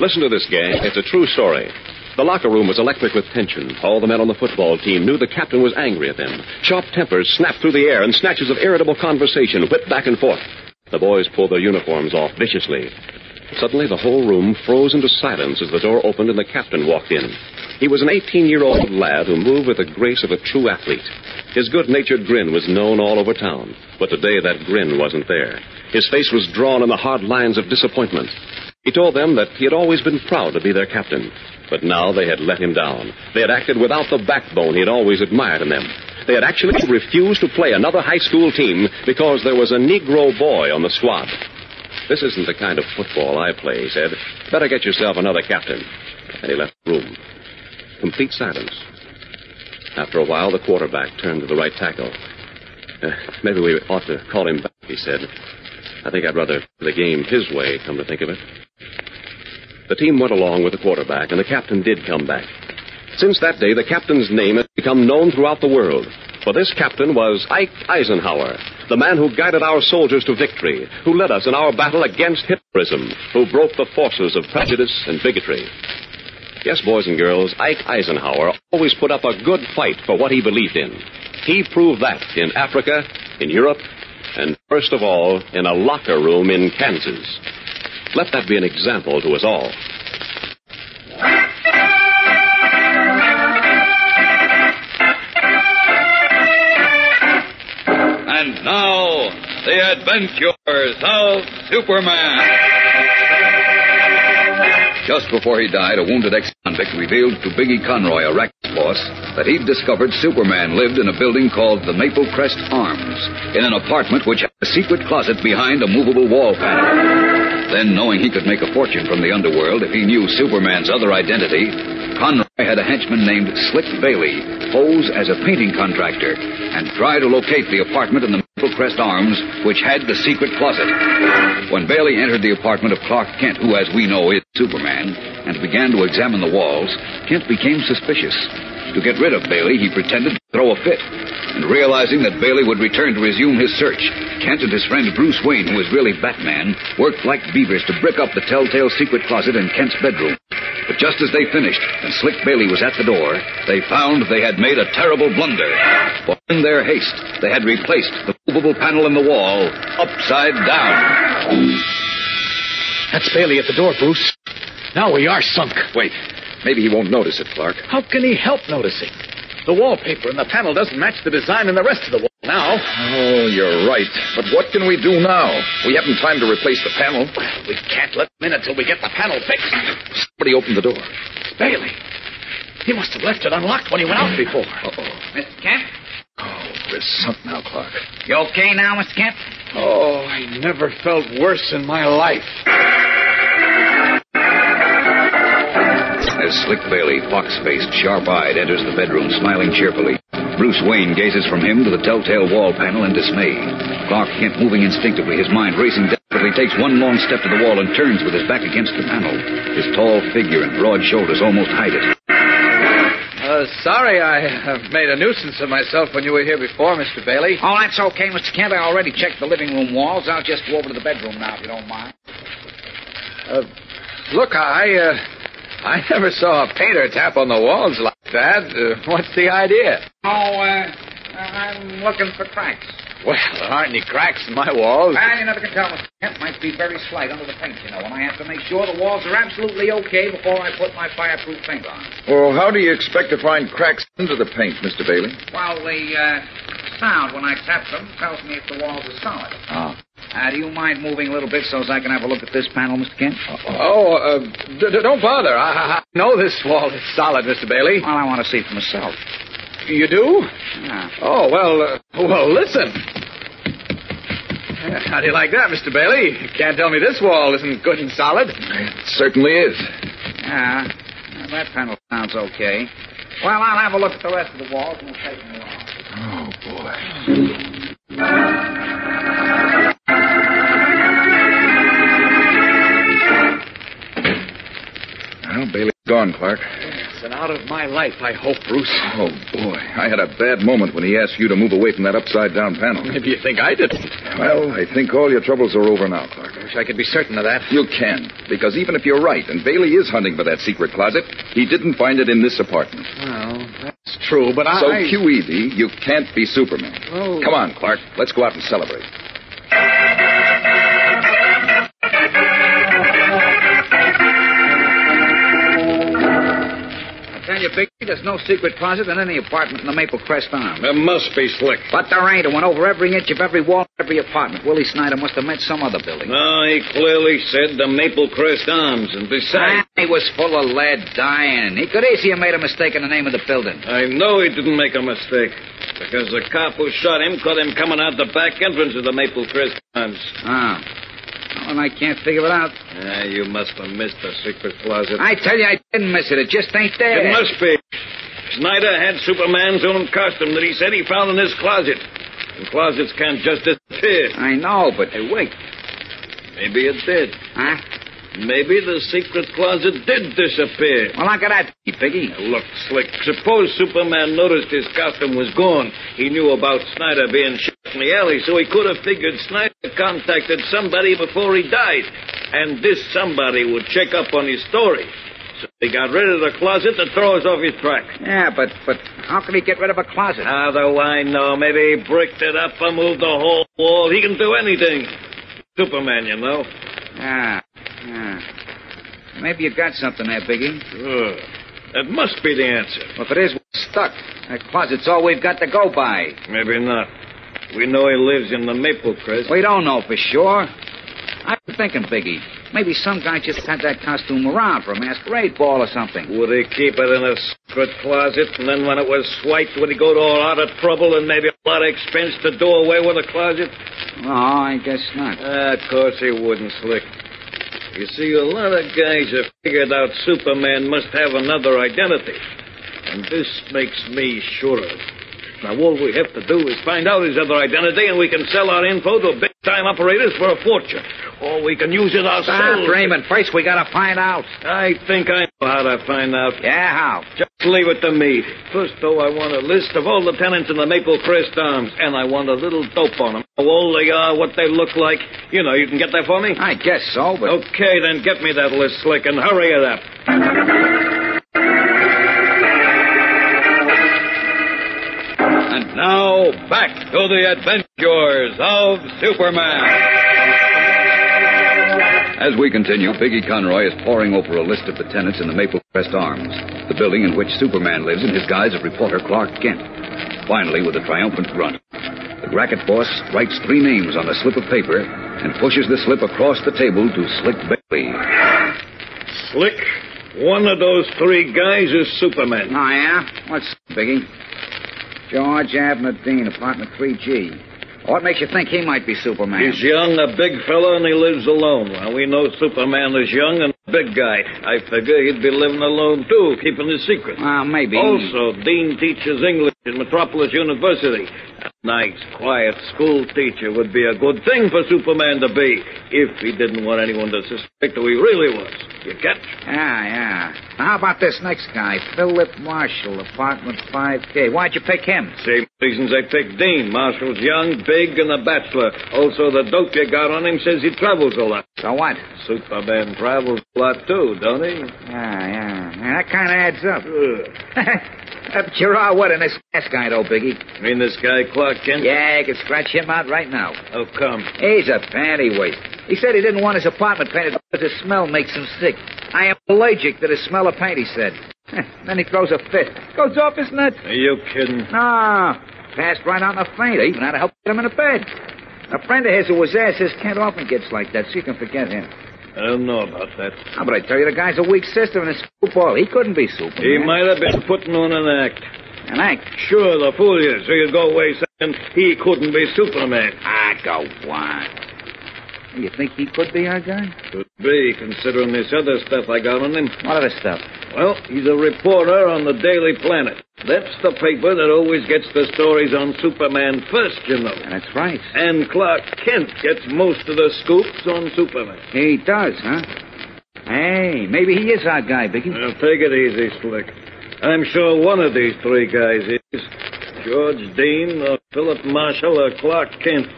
Listen to this, gang. It's a true story. The locker room was electric with tension. All the men on the football team knew the captain was angry at them. Sharp tempers snapped through the air, and snatches of irritable conversation whipped back and forth. The boys pulled their uniforms off viciously. Suddenly, the whole room froze into silence as the door opened and the captain walked in. He was an 18 year old lad who moved with the grace of a true athlete. His good natured grin was known all over town, but today that grin wasn't there. His face was drawn in the hard lines of disappointment. He told them that he had always been proud to be their captain, but now they had let him down. They had acted without the backbone he had always admired in them. They had actually refused to play another high school team because there was a Negro boy on the squad. This isn't the kind of football I play, he said. Better get yourself another captain. And he left the room. Complete silence. After a while, the quarterback turned to the right tackle. "Uh, maybe we ought to call him back, he said. I think I'd rather play the game his way, come to think of it. The team went along with the quarterback, and the captain did come back. Since that day, the captain's name has become known throughout the world. For this captain was Ike Eisenhower, the man who guided our soldiers to victory, who led us in our battle against Hitlerism, who broke the forces of prejudice and bigotry. Yes, boys and girls, Ike Eisenhower always put up a good fight for what he believed in. He proved that in Africa, in Europe, and first of all, in a locker room in Kansas. Let that be an example to us all. And now, the adventures of Superman. Just before he died, a wounded ex-convict revealed to Biggie Conroy, a racket boss, that he'd discovered Superman lived in a building called the Maple Crest Arms, in an apartment which had a secret closet behind a movable wall panel. Then, knowing he could make a fortune from the underworld if he knew Superman's other identity, Conroy had a henchman named Slick Bailey pose as a painting contractor and try to locate the apartment in the Maple Crest Arms, which had the secret closet. When Bailey entered the apartment of Clark Kent, who, as we know, is Superman, and began to examine the walls, Kent became suspicious. To get rid of Bailey, he pretended to throw a fit. And realizing that Bailey would return to resume his search, Kent and his friend Bruce Wayne, who was really Batman, worked like beavers to brick up the telltale secret closet in Kent's bedroom. But just as they finished and Slick Bailey was at the door, they found they had made a terrible blunder. For in their haste, they had replaced the movable panel in the wall upside down. That's Bailey at the door, Bruce. Now we are sunk. Wait. Maybe he won't notice it, Clark. How can he help noticing? The wallpaper and the panel doesn't match the design in the rest of the wall. Now? Oh, you're right. But what can we do now? We haven't time to replace the panel. We can't let him in until we get the panel fixed. Somebody opened the door. It's Bailey. He must have left it unlocked when he went out before. Oh, Mr. Kent? There's something now, Clark. You okay now, Mr. Kent? Oh, I never felt worse in my life. As Slick Bailey, fox faced, sharp eyed, enters the bedroom, smiling cheerfully, Bruce Wayne gazes from him to the telltale wall panel in dismay. Clark Kent, moving instinctively, his mind racing desperately, takes one long step to the wall and turns with his back against the panel. His tall figure and broad shoulders almost hide it. Uh, sorry I have made a nuisance of myself when you were here before, Mr. Bailey. Oh, that's okay, Mr. Kent. I already checked the living room walls. I'll just go over to the bedroom now, if you don't mind. Uh, look, I, uh, I never saw a painter tap on the walls like that. Uh, what's the idea? Oh, uh, I'm looking for cracks. Well, there aren't any cracks in my walls. Ah, you never can tell, Mr. Kent. Might be very slight under the paint, you know, and I have to make sure the walls are absolutely okay before I put my fireproof paint on. Well, how do you expect to find cracks under the paint, Mr. Bailey? While the uh, sound when I tap them tells me if the walls are solid. Ah, Oh. Uh, do you mind moving a little bit so as I can have a look at this panel, Mr. Kent? Oh, uh, d- d- don't bother. I-, I I know this wall is solid, Mr. Bailey. Well, I want to see for myself. You do? Yeah. Oh, well, uh, well, listen. How do you like that, Mr. Bailey? You can't tell me this wall isn't good and solid. It certainly is. Yeah. yeah, That panel sounds okay. Well, I'll have a look at the rest of the walls and we'll take them along. Oh, boy. Well, Bailey's gone, Clark. It's an out of my life, I hope, Bruce. Oh, boy. I had a bad moment when he asked you to move away from that upside down panel. Maybe you think I did. Well, I think all your troubles are over now, Clark. I wish I could be certain of that. You can, because even if you're right, and Bailey is hunting for that secret closet, he didn't find it in this apartment. Well, that's true, but I. So, QED, you can't be Superman. Oh. Come on, Clark. Let's go out and celebrate. I tell you, Biggie, there's no secret closet in any apartment in the Maple Crest Arms. It must be slick. But there ain't. It went over every inch of every wall, every apartment. Willie Snyder must have meant some other building. No, he clearly said the Maple Crest Arms, and besides, Ah, he was full of lead dying. He could easily have made a mistake in the name of the building. I know he didn't make a mistake. Because the cop who shot him caught him coming out the back entrance of the Maple Crest Arms. Ah. Well, I can't figure it out. Ah, you must have missed the secret closet. I tell you, I didn't miss it. It just ain't there. It must be. Snyder had Superman's own costume that he said he found in his closet. And closets can't just disappear. I know, but hey, wait. Maybe it did. Huh? Maybe the secret closet did disappear. Well, look at that, Biggie. Look, Slick, suppose Superman noticed his costume was gone. He knew about Snyder being shot in the alley, so he could have figured Snyder contacted somebody before he died. And this somebody would check up on his story. So he got rid of the closet to throw us off his track. Yeah, but but how could he get rid of a closet? How do I know? Maybe he bricked it up or moved the whole wall. He can do anything. Superman, you know. Ah, ah. Maybe you got something there, Biggie. Sure. That must be the answer. Well, if it is, we're stuck. That closet's all we've got to go by. Maybe not. We know he lives in the Maple Crest. We don't know for sure. I'm thinking, Biggie, maybe some guy just had that costume around for a masquerade ball or something. Would he keep it in a secret closet, and then when it was swiped, would he go to a lot of trouble and maybe a lot of expense to do away with the closet? No, Oh, I guess not. Ah, of course he wouldn't, Slick. You see, a lot of guys have figured out Superman must have another identity. And this makes me sure of it. Now, all we have to do is find out his other identity, and we can sell our info to big time operators for a fortune. Or we can use it ourselves. Stop, Raymond. First, we gotta find out. I think I know how to find out. Yeah, how? Just leave it to me. First, though, I want a list of all the tenants in the Maple Crest Arms, and I want a little dope on them. How old they are, what they look like. You know, you can get that for me? I guess so, but. Okay, then get me that list, Slick, and hurry it up. And now, back to the adventures of Superman. As we continue, Biggie Conroy is poring over a list of the tenants in the Maple Crest Arms, the building in which Superman lives in his guise of reporter Clark Kent. Finally, with a triumphant grunt, racket boss writes three names on a slip of paper and pushes the slip across the table to Slick Bailey. Slick, one of those three guys is Superman. Oh, yeah? What's Biggie? George Abner Dean, apartment 3G. What makes you think he might be Superman? He's young, a big fellow, and he lives alone. Well, we know Superman is young and a big guy. I figure he'd be living alone, too, keeping his secret. Well, maybe. Also, Dean teaches English at Metropolis University. A nice, quiet school teacher would be a good thing for Superman to be if he didn't want anyone to suspect who he really was. You get? Yeah, yeah. Now, how about this next guy, Philip Marshall, apartment 5K? Why'd you pick him? Same reasons I picked Dean. Marshall's young, big, and a bachelor. Also, the dope you got on him says he travels a lot. So what? Superman travels a lot, too, don't he? Yeah, yeah. yeah that kind of adds up. *laughs* Uh, Gerard, what in this last guy, though, Biggie? You mean this guy, Clark Kent? Yeah, I could scratch him out right now. How come? He's a panty waste. He said he didn't want his apartment painted because the smell makes him sick. I am allergic to the smell of paint, he said. *laughs* then he throws a fit. Goes off his nuts. Are you kidding? No. Passed right out in a faint. I even had to help get him in a bed. A friend of his who was there says Kent often gets like that, so you can forget him. I don't know about that. Oh, but I tell you, the guy's a weak system and a screwball. He couldn't be Superman. He might have been putting on an act. An act? Sure, the fool you. So you go away saying he couldn't be Superman. I go on. You think he could be our guy? Could be, considering this other stuff I got on him. What other stuff? Well, he's a reporter on the Daily Planet. That's the paper that always gets the stories on Superman first, you know. That's right. And Clark Kent gets most of the scoops on Superman. He does, huh? Hey, maybe he is our guy, Biggie. Now, take it easy, Slick. I'm sure one of these three guys is George Dean, or Philip Marshall, or Clark Kent.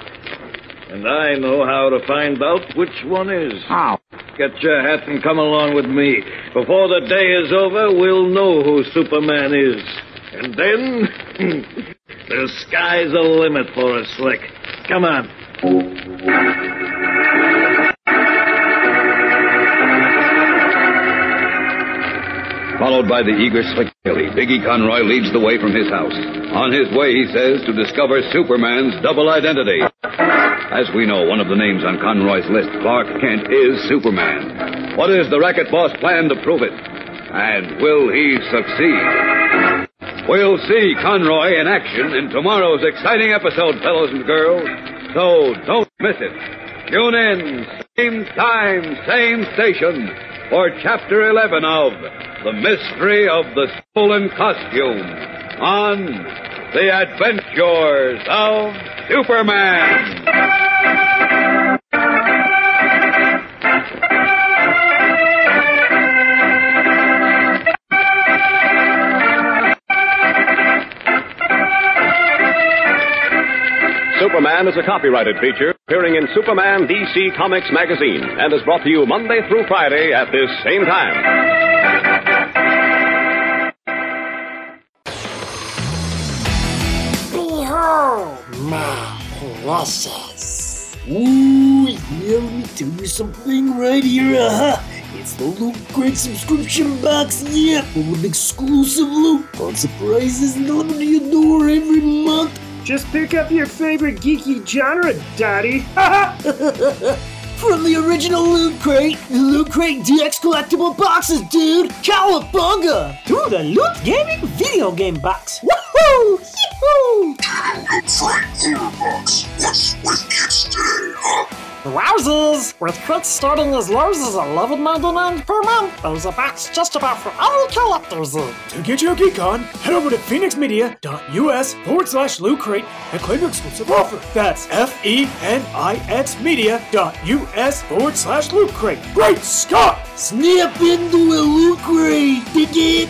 And I know how to find out which one is. How? Get your hat and come along with me. Before the day is over, we'll know who Superman is. And then, *clears throat* the sky's the limit for us, Slick. Come on. Followed by the eager Slick Bailey, Biggie Conroy leads the way from his house. On his way, he says, to discover Superman's double identity. As we know, one of the names on Conroy's list, Clark Kent, is Superman. What is the racket boss plan to prove it? And will he succeed? We'll see Conroy in action in tomorrow's exciting episode, fellows and girls. So don't miss it. Tune in, same time, same station, for Chapter 11 of The Mystery of the Stolen Costume on The Adventures of Superman. Superman is a copyrighted feature appearing in Superman DC Comics magazine and is brought to you Monday through Friday at this same time. Behold my process. Ooh, yeah, let me tell you something right here. Uh-huh. It's the Loot Crate subscription box, yeah, full of exclusive loot, fun surprises delivered to your door every month. Just pick up your favorite geeky genre, Daddy. *laughs* From the original Loot Crate, the Loot Crate DX collectible boxes, dude! Cowabunga! To the Loot Gaming video game box. Woohoo! Yee-hoo! Loot Crate Horror Box. What's with kids today, huh? Wowzers! With quotes starting as low as $11.99 per month, there's a box just about for all collectors. To get your geek on, head over to phoenixmedia.us forward slash loot crate and claim your exclusive offer. That's E F-E-N-I-X media.us forward slash loot crate. Great Scott! Snap into a loot crate, dig it?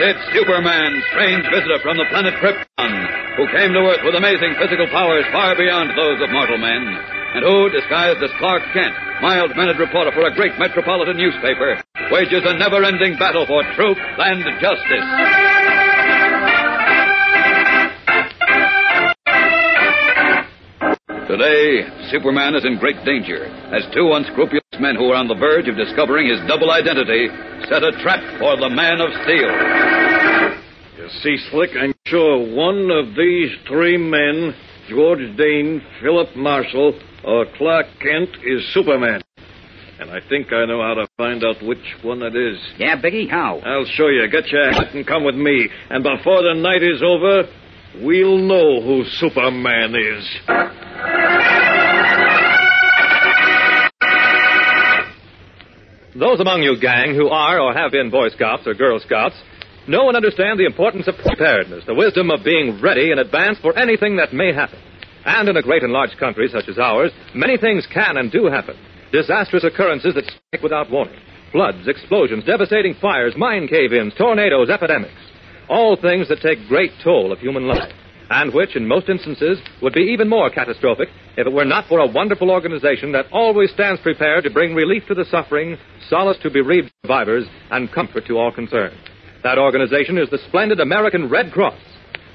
It's Superman, strange visitor from the planet Krypton, who came to Earth with amazing physical powers far beyond those of mortal men, and who, disguised as Clark Kent, mild-mannered reporter for a great metropolitan newspaper, wages a never-ending battle for truth and justice. Today, Superman is in great danger as two unscrupulous men who are on the verge of discovering his double identity set a trap for the Man of Steel. You see, Slick, I'm sure one of these three men, George Dane, Philip Marshall, or Clark Kent, is Superman. And I think I know how to find out which one it is. Yeah, Biggie, how? I'll show you. Get your hat and come with me. And before the night is over, we'll know who Superman is. Those among you, gang, who are or have been Boy Scouts or Girl Scouts, know and understand the importance of preparedness, the wisdom of being ready in advance for anything that may happen. And in a great and large country such as ours, many things can and do happen. Disastrous occurrences that strike without warning. Floods, explosions, devastating fires, mine cave-ins, tornadoes, epidemics. All things that take great toll of human life and which, in most instances, would be even more catastrophic if it were not for a wonderful organization that always stands prepared to bring relief to the suffering, solace to bereaved survivors, and comfort to all concerned. That organization is the splendid American Red Cross.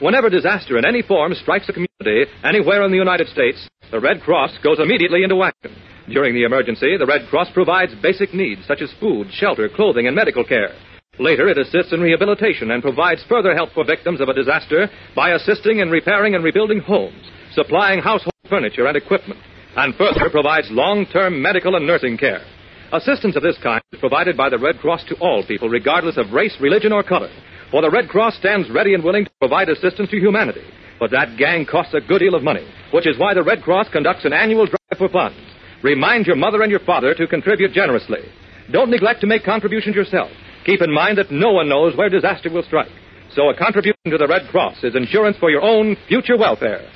Whenever disaster in any form strikes a community anywhere in the United States, the Red Cross goes immediately into action. During the emergency, the Red Cross provides basic needs such as food, shelter, clothing, and medical care. Later, it assists in rehabilitation and provides further help for victims of a disaster by assisting in repairing and rebuilding homes, supplying household furniture and equipment, and further provides long term medical and nursing care. Assistance of this kind is provided by the Red Cross to all people, regardless of race, religion, or color. For the Red Cross stands ready and willing to provide assistance to humanity. But that gang costs a good deal of money, which is why the Red Cross conducts an annual drive for funds. Remind your mother and your father to contribute generously. Don't neglect to make contributions yourself. Keep in mind that no one knows where disaster will strike. So a contribution to the Red Cross is insurance for your own future welfare.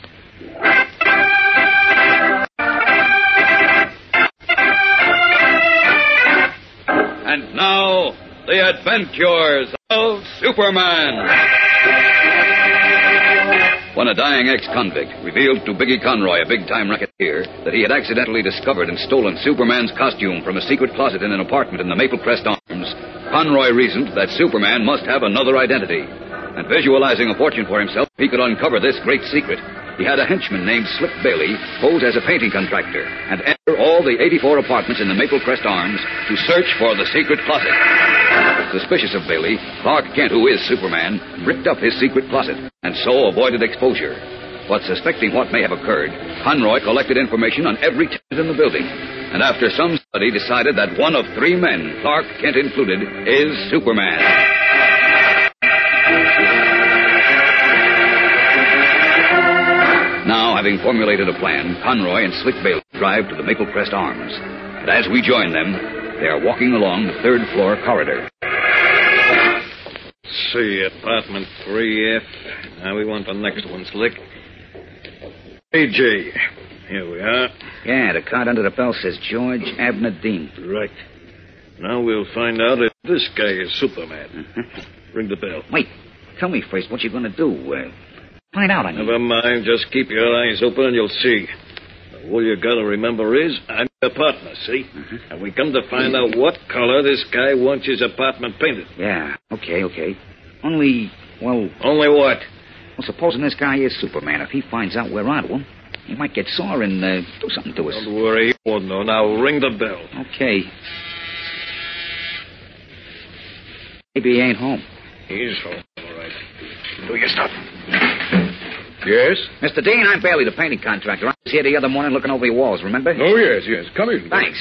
And now, the adventures of Superman. When a dying ex convict revealed to Biggie Conroy, a big time racketeer, that he had accidentally discovered and stolen Superman's costume from a secret closet in an apartment in the Maple Crest Arms, Conroy reasoned that Superman must have another identity. And visualizing a fortune for himself, he could uncover this great secret. He had a henchman named Slick Bailey pose as a painting contractor and enter all the 84 apartments in the Maple Crest Arms to search for the secret closet. Suspicious of Bailey, Clark Kent, who is Superman, bricked up his secret closet and so avoided exposure. But suspecting what may have occurred, Conroy collected information on every tenant in the building, and after some study decided that one of three men, Clark Kent included, is Superman. Now, having formulated a plan, Conroy and Slick Bailey drive to the Maple Crest Arms. And as we join them, they are walking along the third floor corridor. See, apartment 3F. Now we want the next one, Slick. AJ. Here we are. Yeah, the card under the bell says George Abner Dean. Right. Now we'll find out if this guy is *laughs* Superman. Ring the bell. Wait, tell me first what you're going to do. Uh, find out, I mean. Never mind. Just keep your eyes open and you'll see. All you gotta remember is I'm your partner, see? Mm-hmm. And we come to find out what color this guy wants his apartment painted. Yeah, okay, okay. Only, well. Only what? Well, supposing this guy is Superman, if he finds out we're onto him, he might get sore and uh, do something to us. Don't worry, he won't know. Now ring the bell. Okay. Maybe he ain't home. He's home, all right. Do your stuff. Yes? Mr. Dean, I'm Bailey, the painting contractor. I was here the other morning looking over your walls, remember? Oh, yes, yes. Come in. Thanks.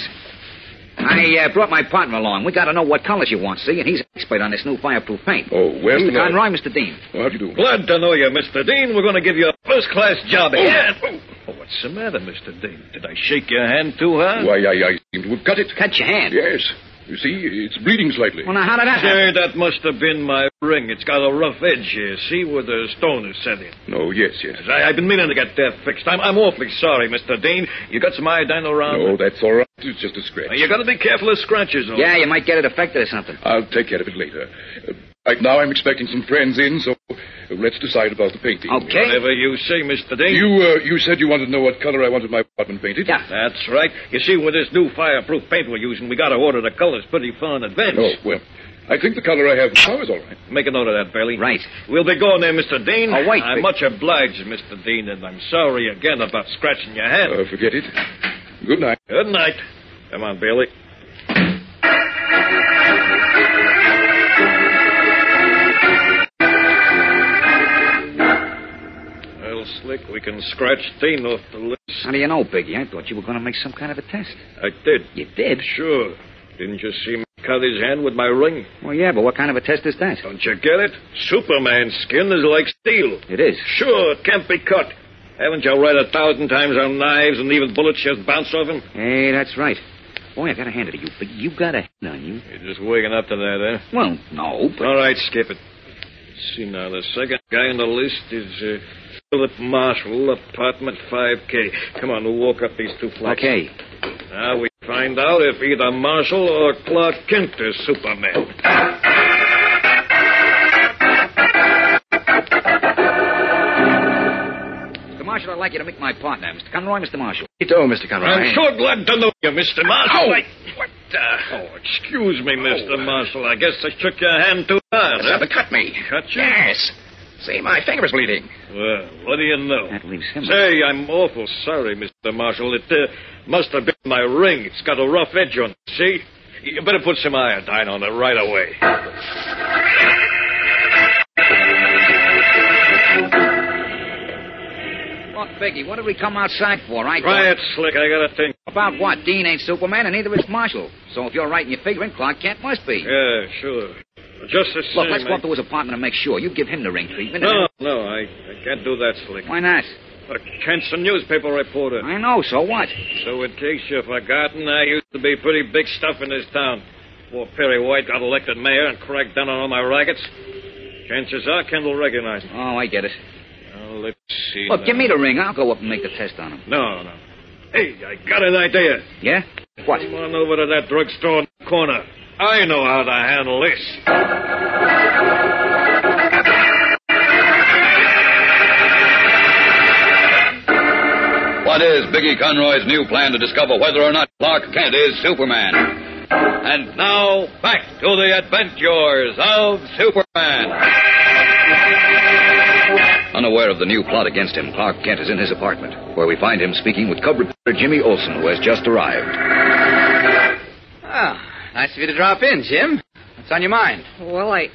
I uh, brought my partner along. We got to know what colors you want, see, and he's an expert on this new fireproof paint. Oh, well. Mr. uh, Conroy, Mr. Dean. How do you do? Glad to know you, Mr. Dean. We're going to give you a first class job. Oh. Yeah. Oh, what's the matter, Mr. Dean? Did I shake your hand too hard? Why, I, I seem to have cut it. Cut your hand? Yes. You see, it's bleeding slightly. Well, now, how did that happen? Say, that must have been my ring. It's got a rough edge here. See where the stone is set in. No, Oh, yes, yes. I, have been meaning to get that fixed. I'm, I'm awfully sorry, Mr. Dean. You got some iodine around? No, that's all right. It's just a scratch. You got to be careful of scratches. all Yeah, right. you might get it affected or something. I'll take care of it later. Uh, Right now, I'm expecting some friends in, so let's decide about the painting. Okay. Whatever you say, Mr. Dane. You, uh, you said you wanted to know what color I wanted my apartment painted. Yeah. That's right. You see, with this new fireproof paint we're using, we got to order the colors pretty far in advance. Oh, well, I think the color I have now is all right. Make a note of that, Bailey. Right. We'll be going there, Mr. Dean. Oh, wait, I'm Vic. much obliged, Mr. Dean, and I'm sorry again about scratching your hand. Uh, forget it. Good night. Good night. Come on, Bailey. Well, Slick, we can scratch Dean off the list. How do you know, Biggie? I thought you were going to make some kind of a test. I did. You did? Sure. Didn't you see me cut his hand with my ring? Well, yeah, but what kind of a test is that? Don't you get it? Superman's skin is like steel. It is. Sure, it can't be cut. Haven't you read a thousand times how knives and even bullets just bounce off him? Hey, that's right. Boy, I got to hand it to you, but you got a hand on you. You're just waking up to that, eh? Well, no, but... All right, skip it. Let's see now, the second guy on the list is uh, Philip Marshall, apartment 5K. Come on, we'll walk up these two flats. Okay. Now we find out if either Marshall or Clark Kent is Superman. Mr. Marshall, I'd like you to meet my partner, Mr. Conroy, Mr. Marshall. You do, Mr. Conrad. I'm sure glad to know you, Mr. Marshall. Ow! I- What the? Oh, excuse me, Mr. Marshall. I guess I shook your hand too hard. Yes, huh? but Oh. cut me. Cut you? Yes. See, my finger's bleeding. Well, what do you know? That leaves him. Say, I'm awful sorry, Mr. Marshall. It uh, must have been my ring. It's got a rough edge on it, see? You better put some iodine on it right away. Look, Biggie, what did we come outside for? I Try it, Slick. I got a thing. About what? Dean ain't Superman, and neither is Marshall. So if you're right in your figuring, Clark Kent must be. Yeah, sure. Just the Look, same. let's go I- up to his apartment and make sure. You give him the ring treatment. No, no, I, I can't do that, Slick. Why not? Look, Kent's a newspaper reporter. I know, so what? So in case you've forgotten, I used to be pretty big stuff in this town. Before Perry White got elected mayor and cracked down on all my rackets, chances are Kent will recognize me. Oh, I get it. Now, let's see. Look, now. give me the ring. I'll go up and make the test on him. No, no. Hey, I got an idea. Yeah? What? Come on over to that drugstore in the corner. I know how to handle this. What is Biggie Conroy's new plan to discover whether or not Clark Kent is Superman? And now, back to the adventures of Superman. Unaware of the new plot against him, Clark Kent is in his apartment, where we find him speaking with cub reporter Jimmy Olsen, who has just arrived. Ah, nice of you to drop in, Jim. What's on your mind? Well, I.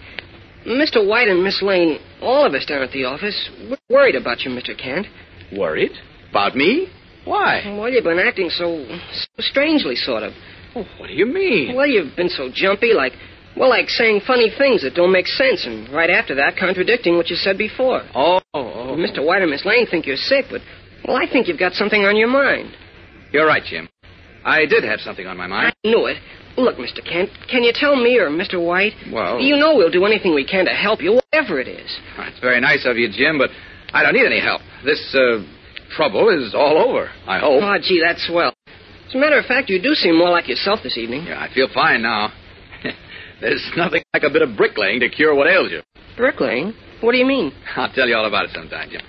Mr. White and Miss Lane, all of us down at the office, we're worried about you, Mr. Kent. Worried? About me? Why? Well, you've been acting so, so strangely, sort of. Oh, What do you mean? Well, you've been so jumpy, like, well, like saying funny things that don't make sense, and right after that, contradicting what you said before. Oh, oh. Mr. White and Miss Lane think you're sick, but, well, I think you've got something on your mind. You're right, Jim. I did have something on my mind. Knew it. Look, Mr. Kent, can you tell me or Mr. White? Well, You know we'll do anything we can to help you, whatever it is. it's very nice of you, Jim, but I don't need any help. This uh, trouble is all over, I hope. Oh, gee, that's swell. As a matter of fact, you do seem more like yourself this evening. Yeah, I feel fine now. *laughs* There's nothing like a bit of bricklaying to cure what ails you. Bricklaying? What do you mean? I'll tell you all about it sometime, Jim.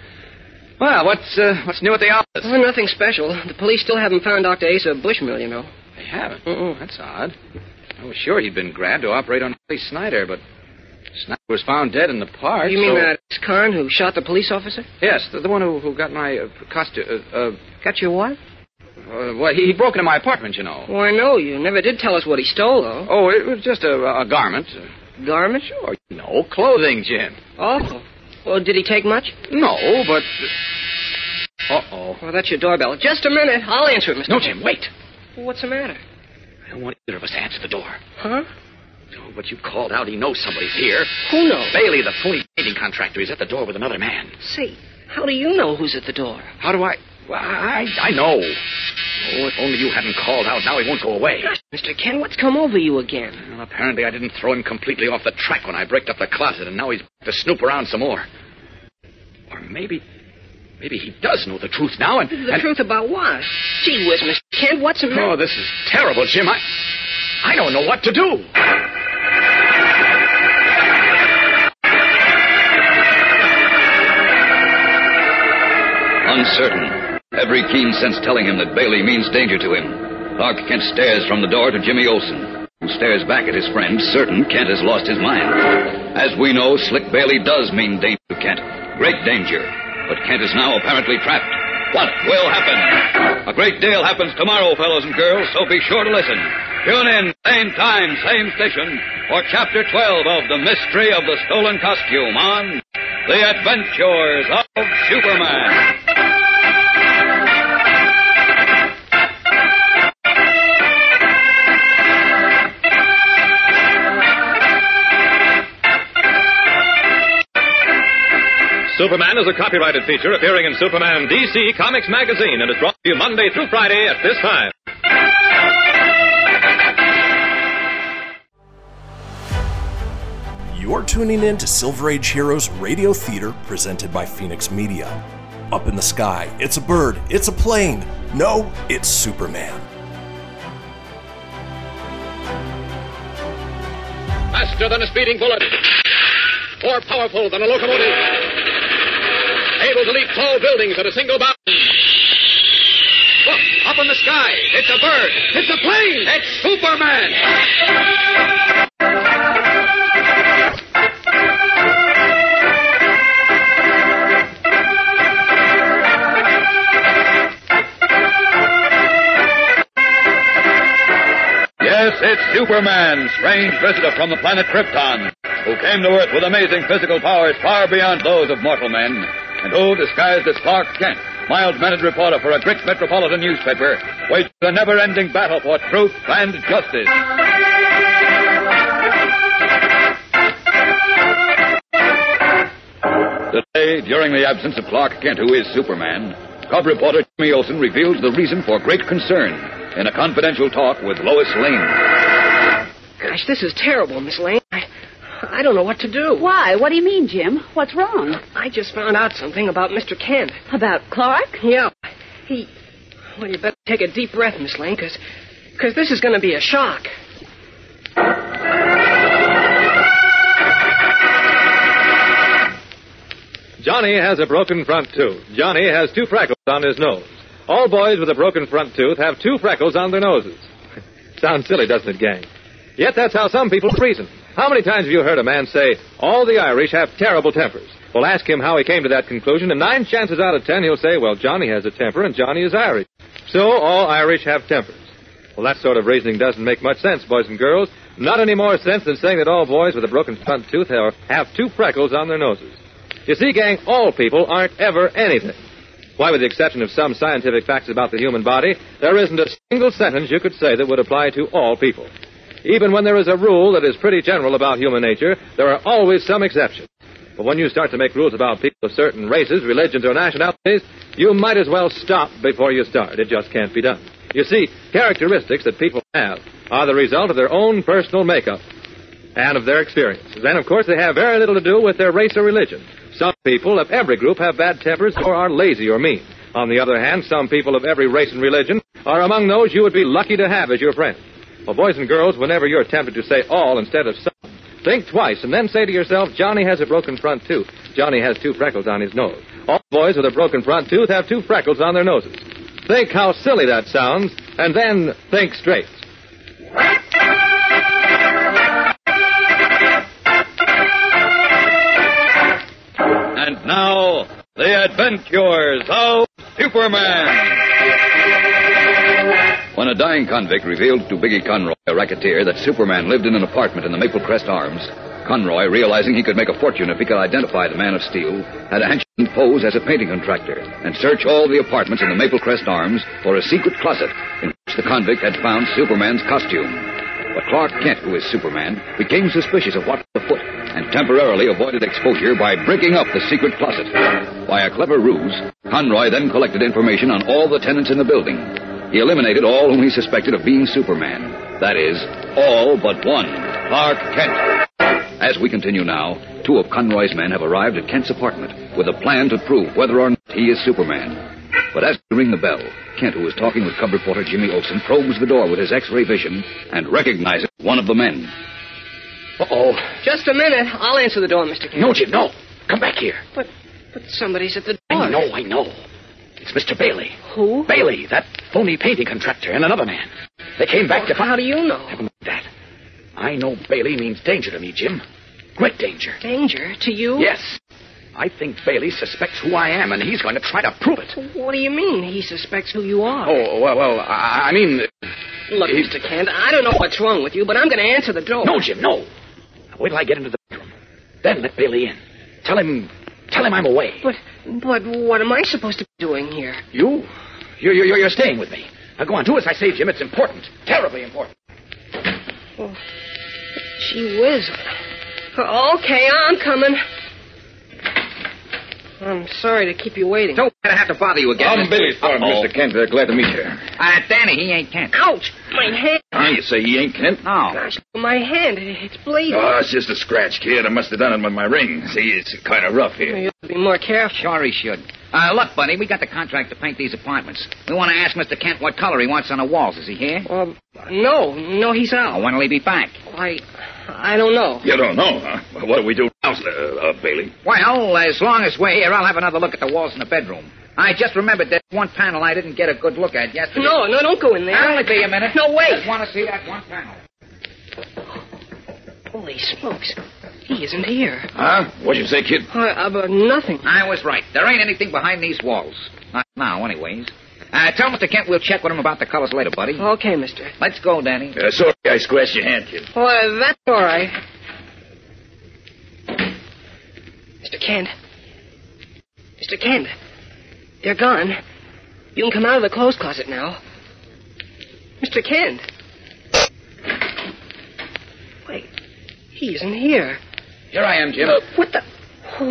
Well, what's uh, what's new at the office? Oh, nothing special. The police still haven't found Dr. Asa Bushmill, you know. They haven't. That's odd. I was sure he'd been grabbed to operate on Harry Snyder, but Snyder was found dead in the park. you mean so- that Khan who shot the police officer? Yes, the, the one who, who got my uh, costume. Uh, uh, Got your what? uh, well, he, he broke into my apartment, you know. Well, I know. You never did tell us what he stole, though. Oh, it was just a, a garment. Garment? Sure. No clothing, Jim. Oh. Well, did he take much? No, but. Uh oh. Well, that's your doorbell. Just a minute. I'll answer it, Mr. No, Jim, wait. Well, what's the matter? I don't want either of us to answer the door. Huh? Oh, but you called out. He knows somebody's here. Who knows? Bailey, the phony painting contractor, is at the door with another man. Say, how do you know who's at the door? How do I? Well, I I know. Oh, if only you hadn't called out. Now he won't go away. Gosh, Mr. Ken, what's come over you again? Well, apparently I didn't throw him completely off the track when I bricked up the closet, and now he's back to snoop around some more. Or maybe, maybe he does know the truth now, and, The and- truth about what? Gee whiz, Mr. Kent, what's the matter? oh, this is terrible, Jim. I I don't know what to do. uncertain, every keen sense telling him that Bailey means danger to him. Clark Kent stares from the door to Jimmy Olsen, who stares back at his friend, certain Kent has lost his mind. As we know, Slick Bailey does mean danger to Kent. Great danger. But Kent is now apparently trapped. What will happen? A great deal happens tomorrow, fellows and girls, so be sure to listen. Tune in, same time, same station, for Chapter 12 of The Mystery of the Stolen Costume on The Adventures of Superman. Superman is a copyrighted feature appearing in Superman DC Comics Magazine and is brought to you Monday through Friday at this time. You're tuning in to Silver Age Heroes Radio Theater presented by Phoenix Media. Up in the sky, it's a bird, it's a plane. No, it's Superman. Faster than a speeding bullet. More powerful than a locomotive. Able to leap tall buildings at a single bound. Look, up in the sky. It's a bird. It's a plane. It's Superman. Yes, it's Superman, strange visitor from the planet Krypton, who came to Earth with amazing physical powers far beyond those of mortal men, and who, disguised as Clark Kent, mild-mannered reporter for a great metropolitan newspaper, waged a never-ending battle for truth and justice. Today, during the absence of Clark Kent, who is Superman, Cub reporter Jimmy Olsen reveals the reason for great concern in a confidential talk with Lois Lane. Gosh, this is terrible, Miss Lane. I, I don't know what to do. Why? What do you mean, Jim? What's wrong? I just found out something about Mr. Kent. About Clark? Yeah. He. Well, you better take a deep breath, Miss Lane, because this is going to be a shock. Johnny has a broken front tooth. Johnny has two freckles on his nose. All boys with a broken front tooth have two freckles on their noses. *laughs* Sounds silly, doesn't it, gang? Yet that's how some people reason. How many times have you heard a man say, all the Irish have terrible tempers? Well, ask him how he came to that conclusion, and nine chances out of ten he'll say, well, Johnny has a temper and Johnny is Irish. So all Irish have tempers. Well, that sort of reasoning doesn't make much sense, boys and girls. Not any more sense than saying that all boys with a broken front tooth have, have two freckles on their noses. You see, gang, all people aren't ever anything. Why, with the exception of some scientific facts about the human body, there isn't a single sentence you could say that would apply to all people. Even when there is a rule that is pretty general about human nature, there are always some exceptions. But when you start to make rules about people of certain races, religions, or nationalities, you might as well stop before you start. It just can't be done. You see, characteristics that people have are the result of their own personal makeup and of their experiences. And, of course, they have very little to do with their race or religion. Some people of every group have bad tempers or are lazy or mean. On the other hand, some people of every race and religion are among those you would be lucky to have as your friends. Well, boys and girls, whenever you're tempted to say all instead of some, think twice and then say to yourself, Johnny has a broken front tooth. Johnny has two freckles on his nose. All boys with a broken front tooth have two freckles on their noses. Think how silly that sounds, and then think straight. And now, The Adventures of Superman. When a dying convict revealed to Biggie Conroy, a racketeer, that Superman lived in an apartment in the Maple Crest Arms, Conroy, realizing he could make a fortune if he could identify the Man of Steel, had a henchman pose as a painting contractor and search all the apartments in the Maple Crest Arms for a secret closet in which the convict had found Superman's costume. But Clark Kent, who is Superman, became suspicious of what was afoot and temporarily avoided exposure by breaking up the secret closet. By a clever ruse, Conroy then collected information on all the tenants in the building. He eliminated all whom he suspected of being Superman. That is, all but one, Clark Kent. As we continue now, two of Conroy's men have arrived at Kent's apartment with a plan to prove whether or not he is Superman. But as we ring the bell, Kent, who is talking with Cub reporter Jimmy Olsen, probes the door with his X-ray vision and recognizes one of the men. Uh-oh. Just a minute. I'll answer the door, Mr. Kent. No, Jim, no. Come back here. But, but somebody's at the door. I know, I know. It's Mr. Bailey. Who? Bailey, that phony painting contractor, and another man. They came back to find. How do you know? Never mind that. I know Bailey means danger to me, Jim. Great danger. Danger to you? Yes. I think Bailey suspects who I am, and he's going to try to prove it. What do you mean he suspects who you are? Oh, well, well, I, I mean. Look, he- Mr. Kent, I don't know what's wrong with you, but I'm going to answer the door. No, Jim, no. Now, Wait till I get into the bedroom. Then let Bailey in. Tell him. Tell him I'm away. But, but what am I supposed to be doing here? You? You're, you're, you're staying with me. Now go on, do as I say, Jim. It's important. Terribly important. Oh, gee whiz. Okay, I'm coming. I'm sorry to keep you waiting. Don't I have to bother you again. I'm Billy's farm, Mr. Kent. Uh, glad to meet you. Uh, Danny, he ain't Kent. Ouch! My hand. Huh? Ah, You say he ain't Kent? No. My hand. It's bleeding. Uh. Oh, Ah, it's just a scratch, kid. I must have done it with my ring. See, it's kind of rough here. you ought to be more careful. Sure he should. Uh, look, buddy, we got the contract to paint these apartments. We want to ask Mr. Kent what color he wants on the walls. Is he here? Um, no, no, he's out. Oh, when'll he be back? I, I don't know. You don't know, huh? Well, What do we do now, uh, uh, Bailey? Well, as long as we're here, I'll have another look at the walls in the bedroom. I just remembered there's one panel I didn't get a good look at yesterday. No, no, don't go in there. I'll only be a minute. No, wait. Just want to see that one panel. Holy smokes. He isn't here. Huh? What'd you say, kid? Uh, uh, nothing. I was right. There ain't anything behind these walls. Not now, anyways. Uh, tell Mr. Kent we'll check with him about the colors later, buddy. Okay, mister. Let's go, Danny. Uh, sorry I scratched your hand, kid. Well, that's all right. Mr. Kent. Mr. Kent. They're gone. You can come out of the clothes closet now. Mr. Kent. Wait. He isn't here. Here I am, Jim. What the?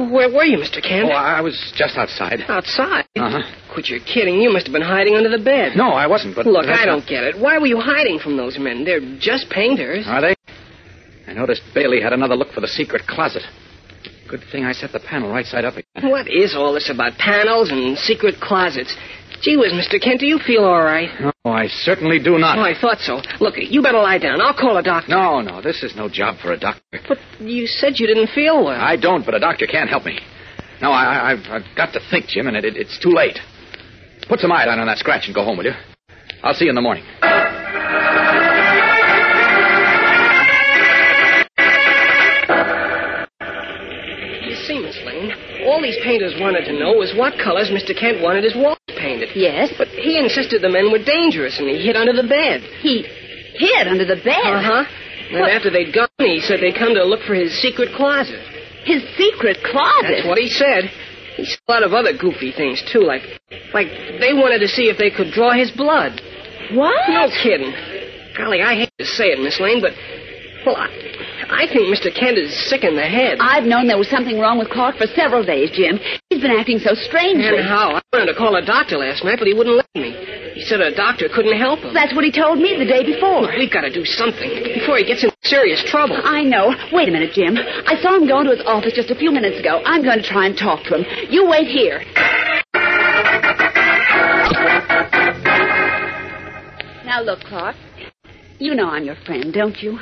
Where were you, Mr. Kent? oh, I I was just outside. Outside? Uh-huh. Quit your kidding. You must have been hiding under the bed. No, I wasn't, but. Look, that's I don't not- get it. Why were you hiding from those men? They're just painters. Are they? I noticed Bailey had another look for the secret closet. Good thing I set the panel right side up again. What is all this about panels and secret closets? Gee whiz, Mr. Kent, do you feel all right? Oh, I certainly do not. Oh, I thought so. Look, you better lie down. I'll call a doctor. No, no, this is no job for a doctor. But you said you didn't feel well. I don't, but a doctor can't help me. No, I, I, I've, I've got to think, Jim, and it, it, it's too late. Put some iodine on that scratch and go home, will you? I'll see you in the morning. You see, Miss Lane, all these painters wanted to know was what colors Mr. Kent wanted his walls painted. Yes? But he insisted the men were dangerous, and he hid under the bed. He hid under the bed. Uh huh. And What? after they'd gone, he said they'd come to look for his secret closet. His secret closet. That's what he said. He said a lot of other goofy things too, like like they wanted to see if they could draw his blood. What? No kidding. Golly, I hate to say it, Miss Lane, but well, I, I think Mr. Kent is sick in the head. I've known there was something wrong with Clark for several days, Jim. He's been acting so strangely. and how? I wanted to call a doctor last night, but he wouldn't let me. He said a doctor couldn't help him. That's what he told me the day before. We've got to do something before he gets in serious trouble. I know. Wait a minute, Jim. I saw him go into his office just a few minutes ago. I'm going to try and talk to him. You wait here. Now, look, Clark. You know I'm your friend, don't you?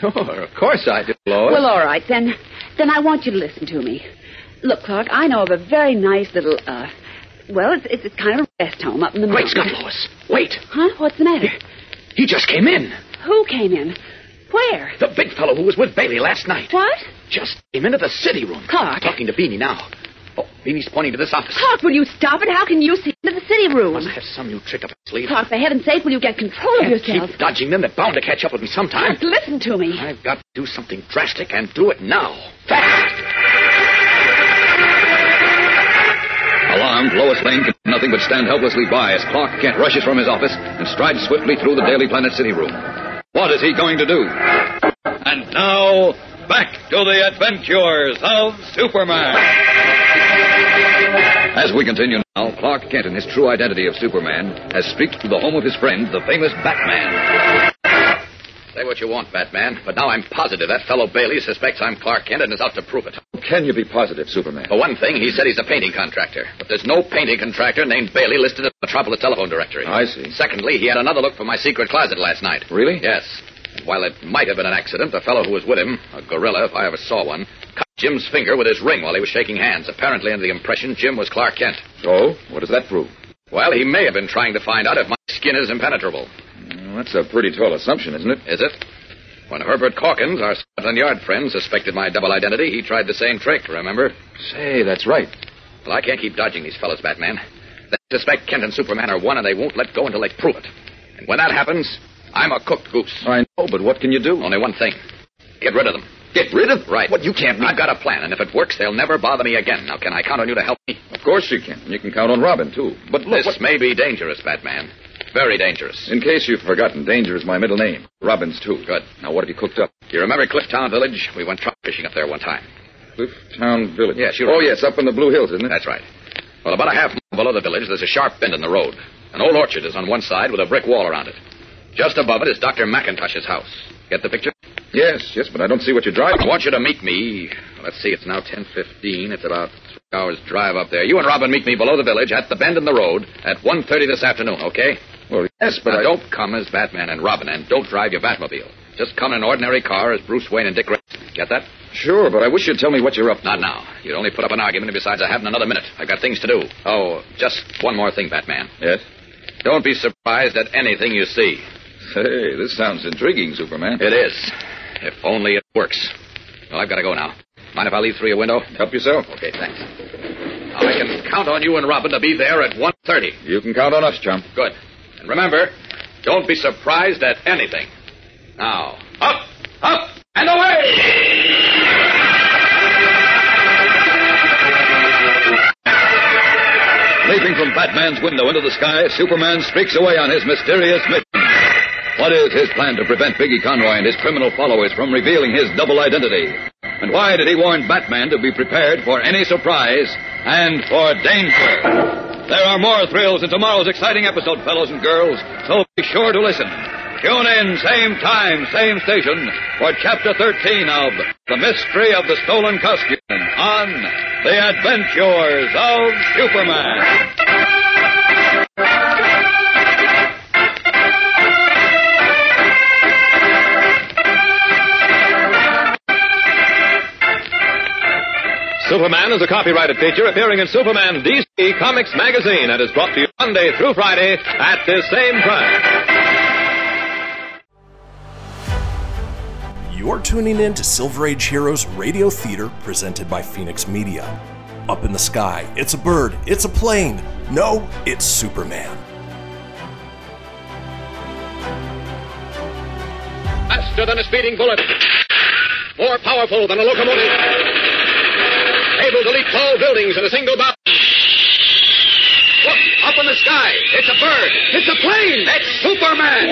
Sure, of course I do, Lois. Well, all right, then. Then I want you to listen to me. Look, Clark, I know of a very nice little, uh, well, it's, it's, it's kind of a rest home up in the Great mountains. Scott, Lois. Wait. Huh? What's the matter? He just came in. Who came in? Where? The big fellow who was with Bailey last night. What? Just came into the city room. Clark. Talking to Beanie now. Oh, Beanie's pointing to this office. Clark, will you stop it? How can you see into the city room? Must have some new trick up his sleeve. Clark, for heaven's sake, will you get control of yourself? Keep dodging them. They're bound to catch up with me sometime. Clark, listen to me. I've got to do something drastic and do it now. Fast! Alarmed, Lois Lane can do nothing but stand helplessly by as Clark Kent rushes from his office and strides swiftly through the Daily Planet City room. What is he going to do? And now, back to the adventures of Superman. As we continue now, Clark Kent in his true identity of Superman has streaked to the home of his friend, the famous Batman. Say what you want, Batman, but now I'm positive that fellow Bailey suspects I'm Clark Kent and is out to prove it. Can you be positive, Superman? For one thing, he said he's a painting contractor, but there's no painting contractor named Bailey listed in the Metropolis telephone directory. I see. Secondly, he had another look for my secret closet last night. Really? Yes. And While it might have been an accident, the fellow who was with him, a gorilla if I ever saw one, cut Jim's finger with his ring while he was shaking hands, apparently under the impression Jim was Clark Kent. So, Oh, what does that prove? Well, he may have been trying to find out if my skin is impenetrable. Mm, that's a pretty tall assumption, isn't it? Is it? When Herbert Calkins, our Scotland Yard friend, suspected my double identity, he tried the same trick, remember? Say, that's right. Well, I can't keep dodging these fellows, Batman. They suspect Kent and Superman are one, and they won't let go until they prove it. And when that happens, I'm a cooked goose. I know, but what can you do? Only one thing. Get rid of them. Get rid of. Right. What you can't. I've got a plan, and if it works, they'll never bother me again. Now, can I count on you to help me? Of course you can. You can count on Robin too. But look, this what- may be dangerous, Batman. Very dangerous. in case you've forgotten, Danger is my middle name. Robin's too. Good. Now, what have you cooked up? You remember Clifftown Village? We went trout fishing up there one time. Clifftown Village. Yes, you Oh remember. yes, up in the Blue Hills, isn't it? That's right. Well, about a half mile below the village, there's a sharp bend in the road. An old orchard is on one side with a brick wall around it. Just above it is Dr. McIntosh's house. Get the picture? Yes, yes, but I don't see what you're I driving. want you to meet me. Let's see, it's now 10.15. It's about three hours' drive up there. You and Robin meet me below the village at the bend in the road at 1.30 this afternoon, okay? Well, yes, but now, I don't come as Batman and Robin, and don't drive your Batmobile. Just come in an ordinary car as Bruce Wayne and Dick Grayson. Get that? Sure, but I wish you'd tell me what you're up to. Not now. You'd only put up an argument, and besides, I haven't another minute. I've got things to do. Oh, just one more thing, Batman. Yes. Don't be surprised at anything you see. Hey, this sounds intriguing, Superman. It is. If only it works. Well, I've got to go now. Mind if I leave through your window? Help yourself. Okay, thanks. Now, I can count on you and Robin to be there at 1.30. You can count on us, chum. Good. And remember, don't be surprised at anything. Now, up, up, and away! Leaping from Batman's window into the sky, Superman streaks away on his mysterious mission. What is his plan to prevent Biggie Conroy and his criminal followers from revealing his double identity? And why did he warn Batman to be prepared for any surprise and for danger? There are more thrills in tomorrow's exciting episode, fellows and girls, so be sure to listen. Tune in, same time, same station, for Chapter 13 of The Mystery of the Stolen Costume on The Adventures of Superman. Superman is a copyrighted feature appearing in Superman DC Comics magazine and is brought to you Monday through Friday at this same time. You're tuning in to Silver Age Heroes Radio Theater presented by Phoenix Media. Up in the sky, it's a bird, it's a plane. No, it's Superman. Faster than a speeding bullet. More powerful than a locomotive. Able to leap tall buildings in a single bound. Look, up in the sky. It's a bird. It's a plane. It's Superman.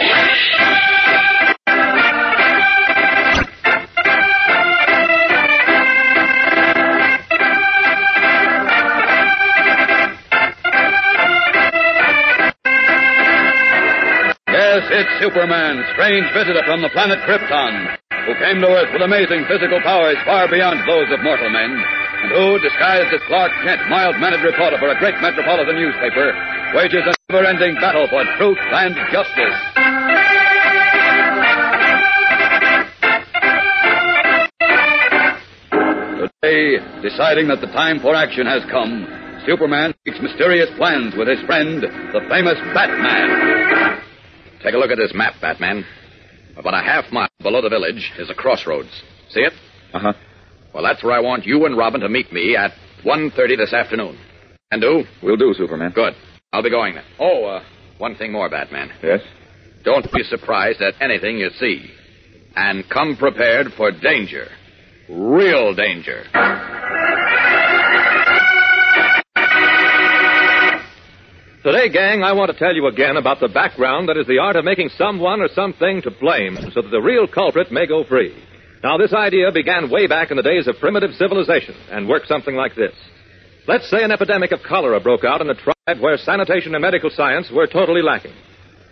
Yes, it's Superman, strange visitor from the planet Krypton, who came to Earth with amazing physical powers far beyond those of mortal men, and who, disguised as Clark Kent, mild-mannered reporter for a great metropolitan newspaper, wages a never-ending battle for truth and justice. Today, deciding that the time for action has come, Superman makes mysterious plans with his friend, the famous Batman. Take a look at this map, Batman. About a half mile below the village is a crossroads. See it? Uh-huh. Well, that's where I want you and Robin to meet me at 1.30 this afternoon. And do? We'll do, Superman. Good. I'll be going then. Oh, uh, one thing more, Batman. Yes? Don't be surprised at anything you see. And come prepared for danger. Real danger. Today, gang, I want to tell you again about the background that is the art of making someone or something to blame so that the real culprit may go free. Now, this idea began way back in the days of primitive civilization and worked something like this. Let's say an epidemic of cholera broke out in a tribe where sanitation and medical science were totally lacking.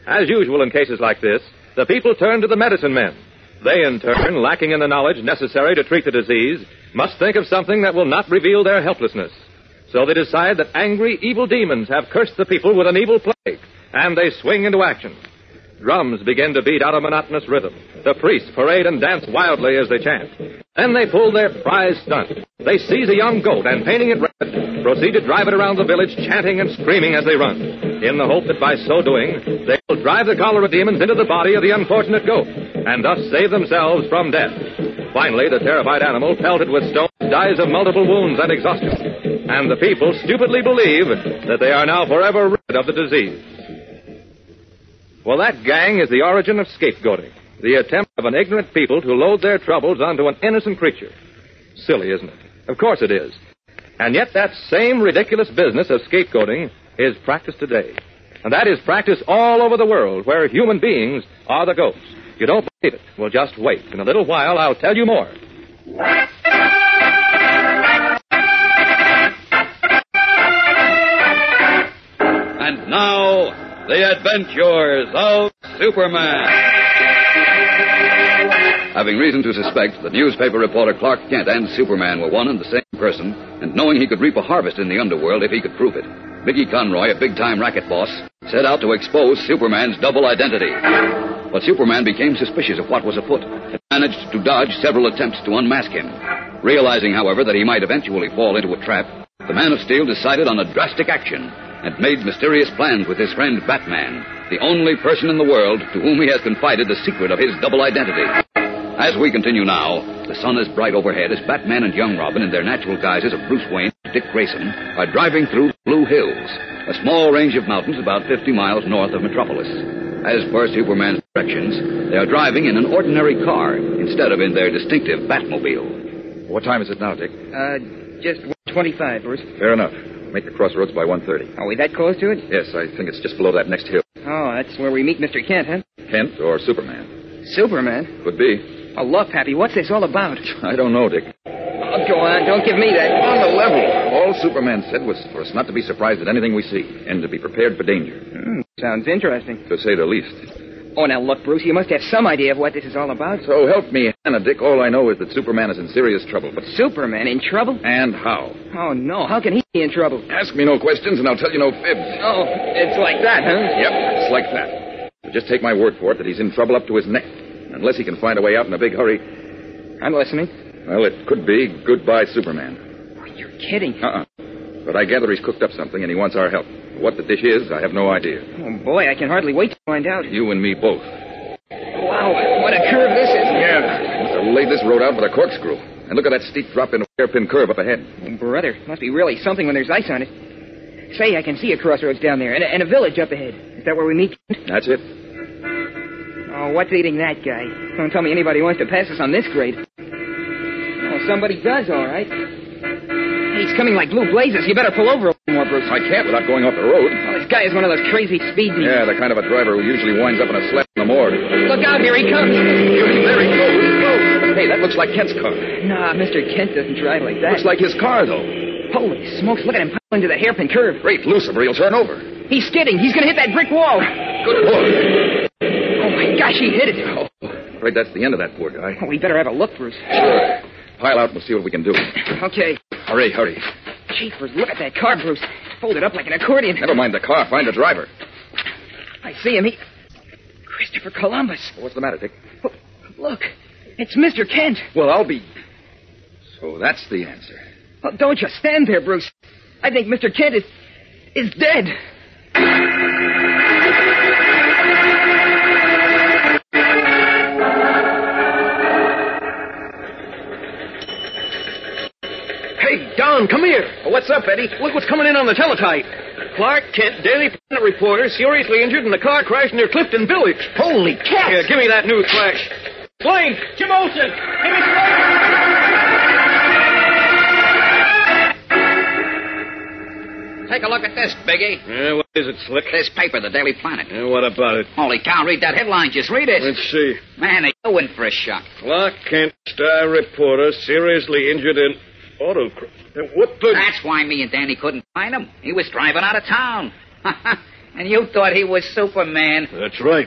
As usual in cases like this, the people turn to the medicine men. They, in turn, lacking in the knowledge necessary to treat the disease, must think of something that will not reveal their helplessness. So they decide that angry, evil demons have cursed the people with an evil plague, and they swing into action. Drums begin to beat out a monotonous rhythm. The priests parade and dance wildly as they chant. Then they pull their prize stunt. They seize a young goat and, painting it red, proceed to drive it around the village, chanting and screaming as they run, in the hope that by so doing, they will drive the cholera demons into the body of the unfortunate goat, and thus save themselves from death. Finally, the terrified animal, pelted with stones, dies of multiple wounds and exhaustion, and the people stupidly believe that they are now forever rid of the disease. Well, that gang is the origin of scapegoating, the attempt of an ignorant people to load their troubles onto an innocent creature. Silly, isn't it? Of course it is. And yet that same ridiculous business of scapegoating is practiced today. And that is practiced all over the world where human beings are the goats. You don't believe it? Well, just wait. In a little while, I'll tell you more. And now, the adventures of Superman. Having reason to suspect that newspaper reporter Clark Kent and Superman were one and the same person, and knowing he could reap a harvest in the underworld if he could prove it, Biggie Conroy, a big time racket boss, set out to expose Superman's double identity. But Superman became suspicious of what was afoot and managed to dodge several attempts to unmask him. Realizing, however, that he might eventually fall into a trap, the Man of Steel decided on a drastic action and made mysterious plans with his friend Batman, the only person in the world to whom he has confided the secret of his double identity. As we continue now, the sun is bright overhead as Batman and young Robin, in their natural guises of Bruce Wayne and Dick Grayson, are driving through the Blue Hills, a small range of mountains about 50 miles north of Metropolis. As per Superman's directions, they are driving in an ordinary car instead of in their distinctive Batmobile. What time is it now, Dick? Uh, just 125, Bruce. Fair enough. Make the crossroads by 1.30. Are we that close to it? Yes, I think it's just below that next hill. Oh, that's where we meet Mr. Kent, huh? Kent or Superman? Superman? Could be. Oh, look, Pappy, what's this all about? I don't know, Dick. Oh, go on. Don't give me that. On the level. Oh, All Superman said was for us not to be surprised at anything we see and to be prepared for danger. Mm, sounds interesting. To say the least. Oh, now look, Bruce, you must have some idea of what this is all about. So help me, Hannah, uh, Dick. All I know is that Superman is in serious trouble. But Superman in trouble? And how? Oh no, how can he be in trouble? Ask me no questions, and I'll tell you no fibs. Oh, it's like that, huh? Yep, it's like that. So just take my word for it that he's in trouble up to his neck unless he can find a way out in a big hurry. I'm listening. Well, it could be goodbye, Superman. Oh, you're kidding. Uh uh But I gather he's cooked up something and he wants our help. What the dish is, I have no idea. Oh, boy, I can hardly wait to find out. You and me both. Wow, what a curve this is. Yeah, must have laid this road out with a corkscrew. And look at that steep drop in a hairpin curve up ahead. Oh, brother, must be really something when there's ice on it. Say, I can see a crossroads down there and a, and a village up ahead. Is that where we meet? That's it. Oh, what's eating that guy? Don't tell me anybody wants to pass us on this grade. Well, somebody does, all right. He's coming like blue blazes. You better pull over a little more, Bruce. I can't without going off the road. Well, this guy is one of those crazy speed demons. Yeah, the kind of a driver who usually winds up in a slap in the morgue. Look out, here he comes. There he goes. He goes. Hey, that looks like Kent's car. Nah, Mr. Kent doesn't drive like that. Looks like his car, though. Holy smokes, look at him pile into the hairpin curve. Great Lucifer, he'll turn over. He's skidding. He's going to hit that brick wall. Good lord. Oh, my gosh, he hit it. Oh, I'm afraid that's the end of that poor guy. Oh, *laughs* we better have a look, Bruce. Sure. Pile out and we'll see what we can do. Okay. Hurry, hurry. Jeepers, look at that car, Bruce. Folded up like an accordion. Never mind the car. Find the driver. I see him. He. Christopher Columbus. What's the matter, Dick? Oh, look, it's Mr. Kent. Well, I'll be. So that's the answer. Oh, don't you stand there, Bruce. I think Mr. Kent is. is dead. Don, come here. What's up, Eddie? Look what's coming in on the teletype. Clark Kent, Daily Planet reporter, seriously injured in a car crash near Clifton Village. Holy cow! Yeah, give me that news flash. Blink! Jim Olsen! Hey, Mr. Olsen! Take a look at this, Biggie. Yeah, what is it, Slick? This paper, the Daily Planet. Yeah, what about it? Holy cow, read that headline. Just read it. Let's see. Man, are in for a shock? Clark Kent, star reporter, seriously injured in auto crash. What the? That's why me and Danny couldn't find him. He was driving out of town. *laughs* and you thought he was Superman. That's right.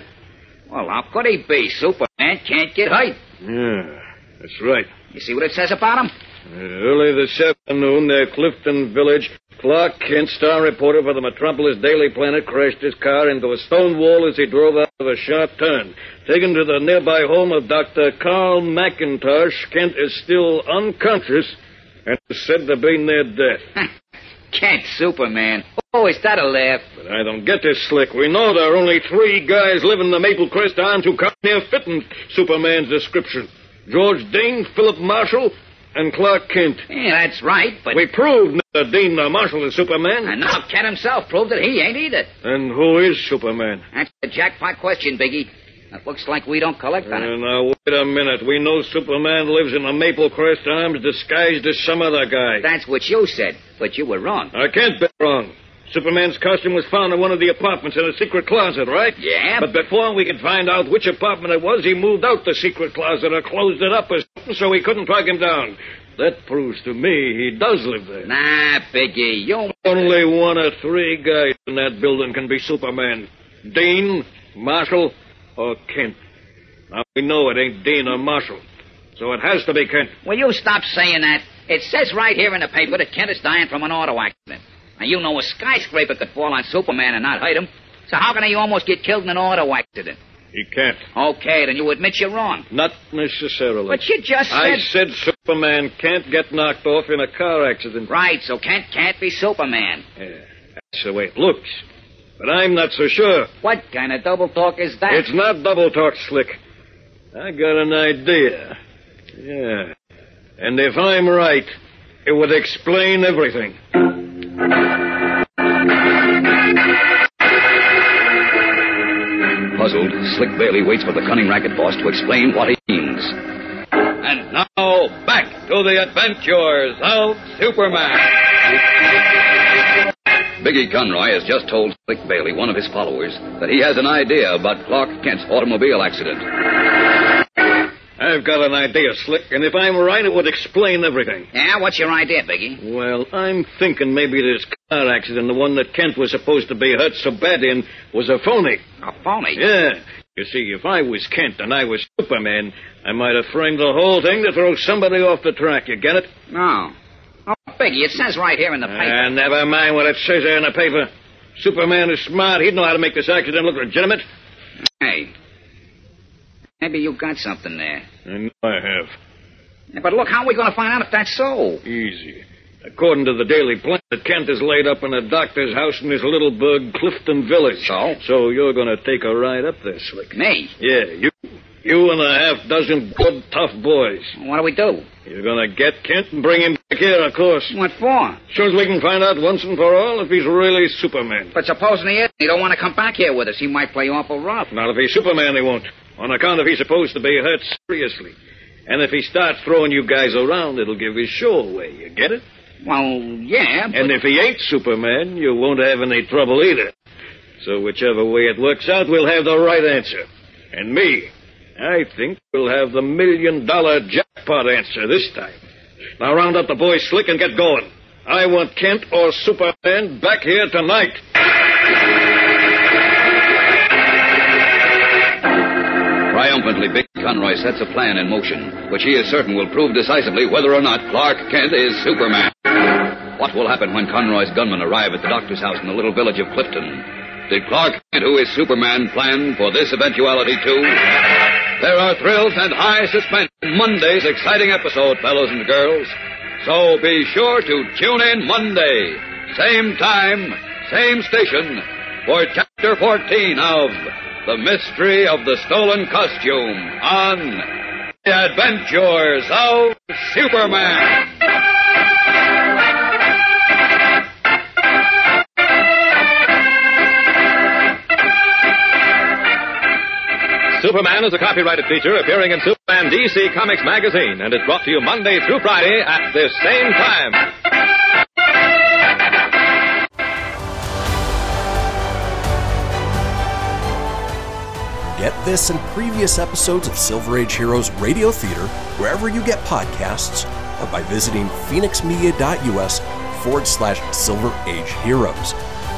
Well, how could he be? Superman can't get height. Yeah, that's right. You see what it says about him? Uh, early this afternoon, near Clifton Village, Clark Kent, star reporter for the Metropolis Daily Planet, crashed his car into a stone wall as he drove out of a sharp turn. Taken to the nearby home of Dr. Carl McIntosh, Kent is still unconscious and said to be near death. Kent, Superman. Always that a laugh. But I don't get this, Slick. We know there are only three guys living in the Maple Crest Arms who come near fitting Superman's description. George Dean, Philip Marshall, and Clark Kent. Yeah, that's right, Eh, but... We proved that Dean uh, Marshall is Superman. And now Kent himself proved that he ain't either. And who is Superman? That's the jackpot question, Biggie. It looks like we don't collect on it. Uh, now, wait a minute. We know Superman lives in the Maple Crest Arms disguised as some other guy. That's what you said, but you were wrong. I can't be wrong. Superman's costume was found in one of the apartments in a secret closet, right? Yeah. But before we could find out which apartment it was, he moved out the secret closet or closed it up or something so we couldn't track him down. That proves to me he does live there. Nah, Biggie, you... Only one of three guys in that building can be Superman. Dean, Marshall, or Kent. Now, we know it ain't Dean or Marshall, so it has to be Kent. Will you stop saying that? It says right here in the paper that Kent is dying from an auto accident. Now, you know a skyscraper could fall on Superman and not hurt him. So how can he almost get killed in an auto accident? He can't. Okay, then you admit you're wrong. Not necessarily. But you just said... I said Superman can't get knocked off in a car accident. Right, so Kent can't be Superman. Yeah, Uh, that's the way it looks. But I'm not so sure. What kind of double talk is that? It's not double talk, Slick. I got an idea. Yeah. And if I'm right, it would explain everything. Puzzled, Slick Bailey waits for the cunning racket boss to explain what he means. And now, back to the adventures of Superman. Biggie Conroy has just told Slick Bailey, one of his followers, that he has an idea about Clark Kent's automobile accident. I've got an idea, Slick, and if I'm right, it would explain everything. Yeah, what's your idea, Biggie? Well, I'm thinking maybe this car accident, the one that Kent was supposed to be hurt so bad in, was a phony. A phony? Yeah. You see, if I was Kent and I was Superman, I might have framed the whole thing to throw somebody off the track. You get it? No. Oh, Biggie, it says right here in the paper. Uh, never mind what it says there in the paper. Superman is smart. He'd know how to make this accident look legitimate. Hey. Maybe you got something there. I know I have. Yeah, but look, how are we going to find out if that's so? Easy. According to the Daily Planet, Kent is laid up in a doctor's house in his little burg, Clifton Village. So? So you're going to take a ride up there, Slick. Me? Yeah, you. You and a half dozen good, tough boys. What do we do? You're going to get Kent and bring him back here, of course. What for? Sure as we can find out once and for all if he's really Superman. But supposing he is, he don't want to come back here with us. He might play awful rough. Not if he's Superman, he won't. On account of he's supposed to be hurt seriously. And if he starts throwing you guys around, it'll give his show away. You get it? Well, yeah. But... And if he ain't Superman, you won't have any trouble either. So whichever way it works out, we'll have the right answer. And me, I think we'll have the million dollar jackpot answer this time. Now round up the boys slick and get going. I want Kent or Superman back here tonight. Triumphantly, Big Conroy sets a plan in motion, which he is certain will prove decisively whether or not Clark Kent is Superman. What will happen when Conroy's gunmen arrive at the doctor's house in the little village of Clifton? Did Clark Kent, who is Superman, plan for this eventuality too? There are thrills and high suspense in Monday's exciting episode, fellows and girls. So be sure to tune in Monday, same time, same station, for Chapter 14 of The Mystery of the Stolen Costume on The Adventures of Superman. Superman is a copyrighted feature appearing in Superman DC Comics magazine and is brought to you Monday through Friday at this same time. Get this and previous episodes of Silver Age Heroes Radio Theater wherever you get podcasts or by visiting phoenixmedia.us forward slash Silver Age Heroes.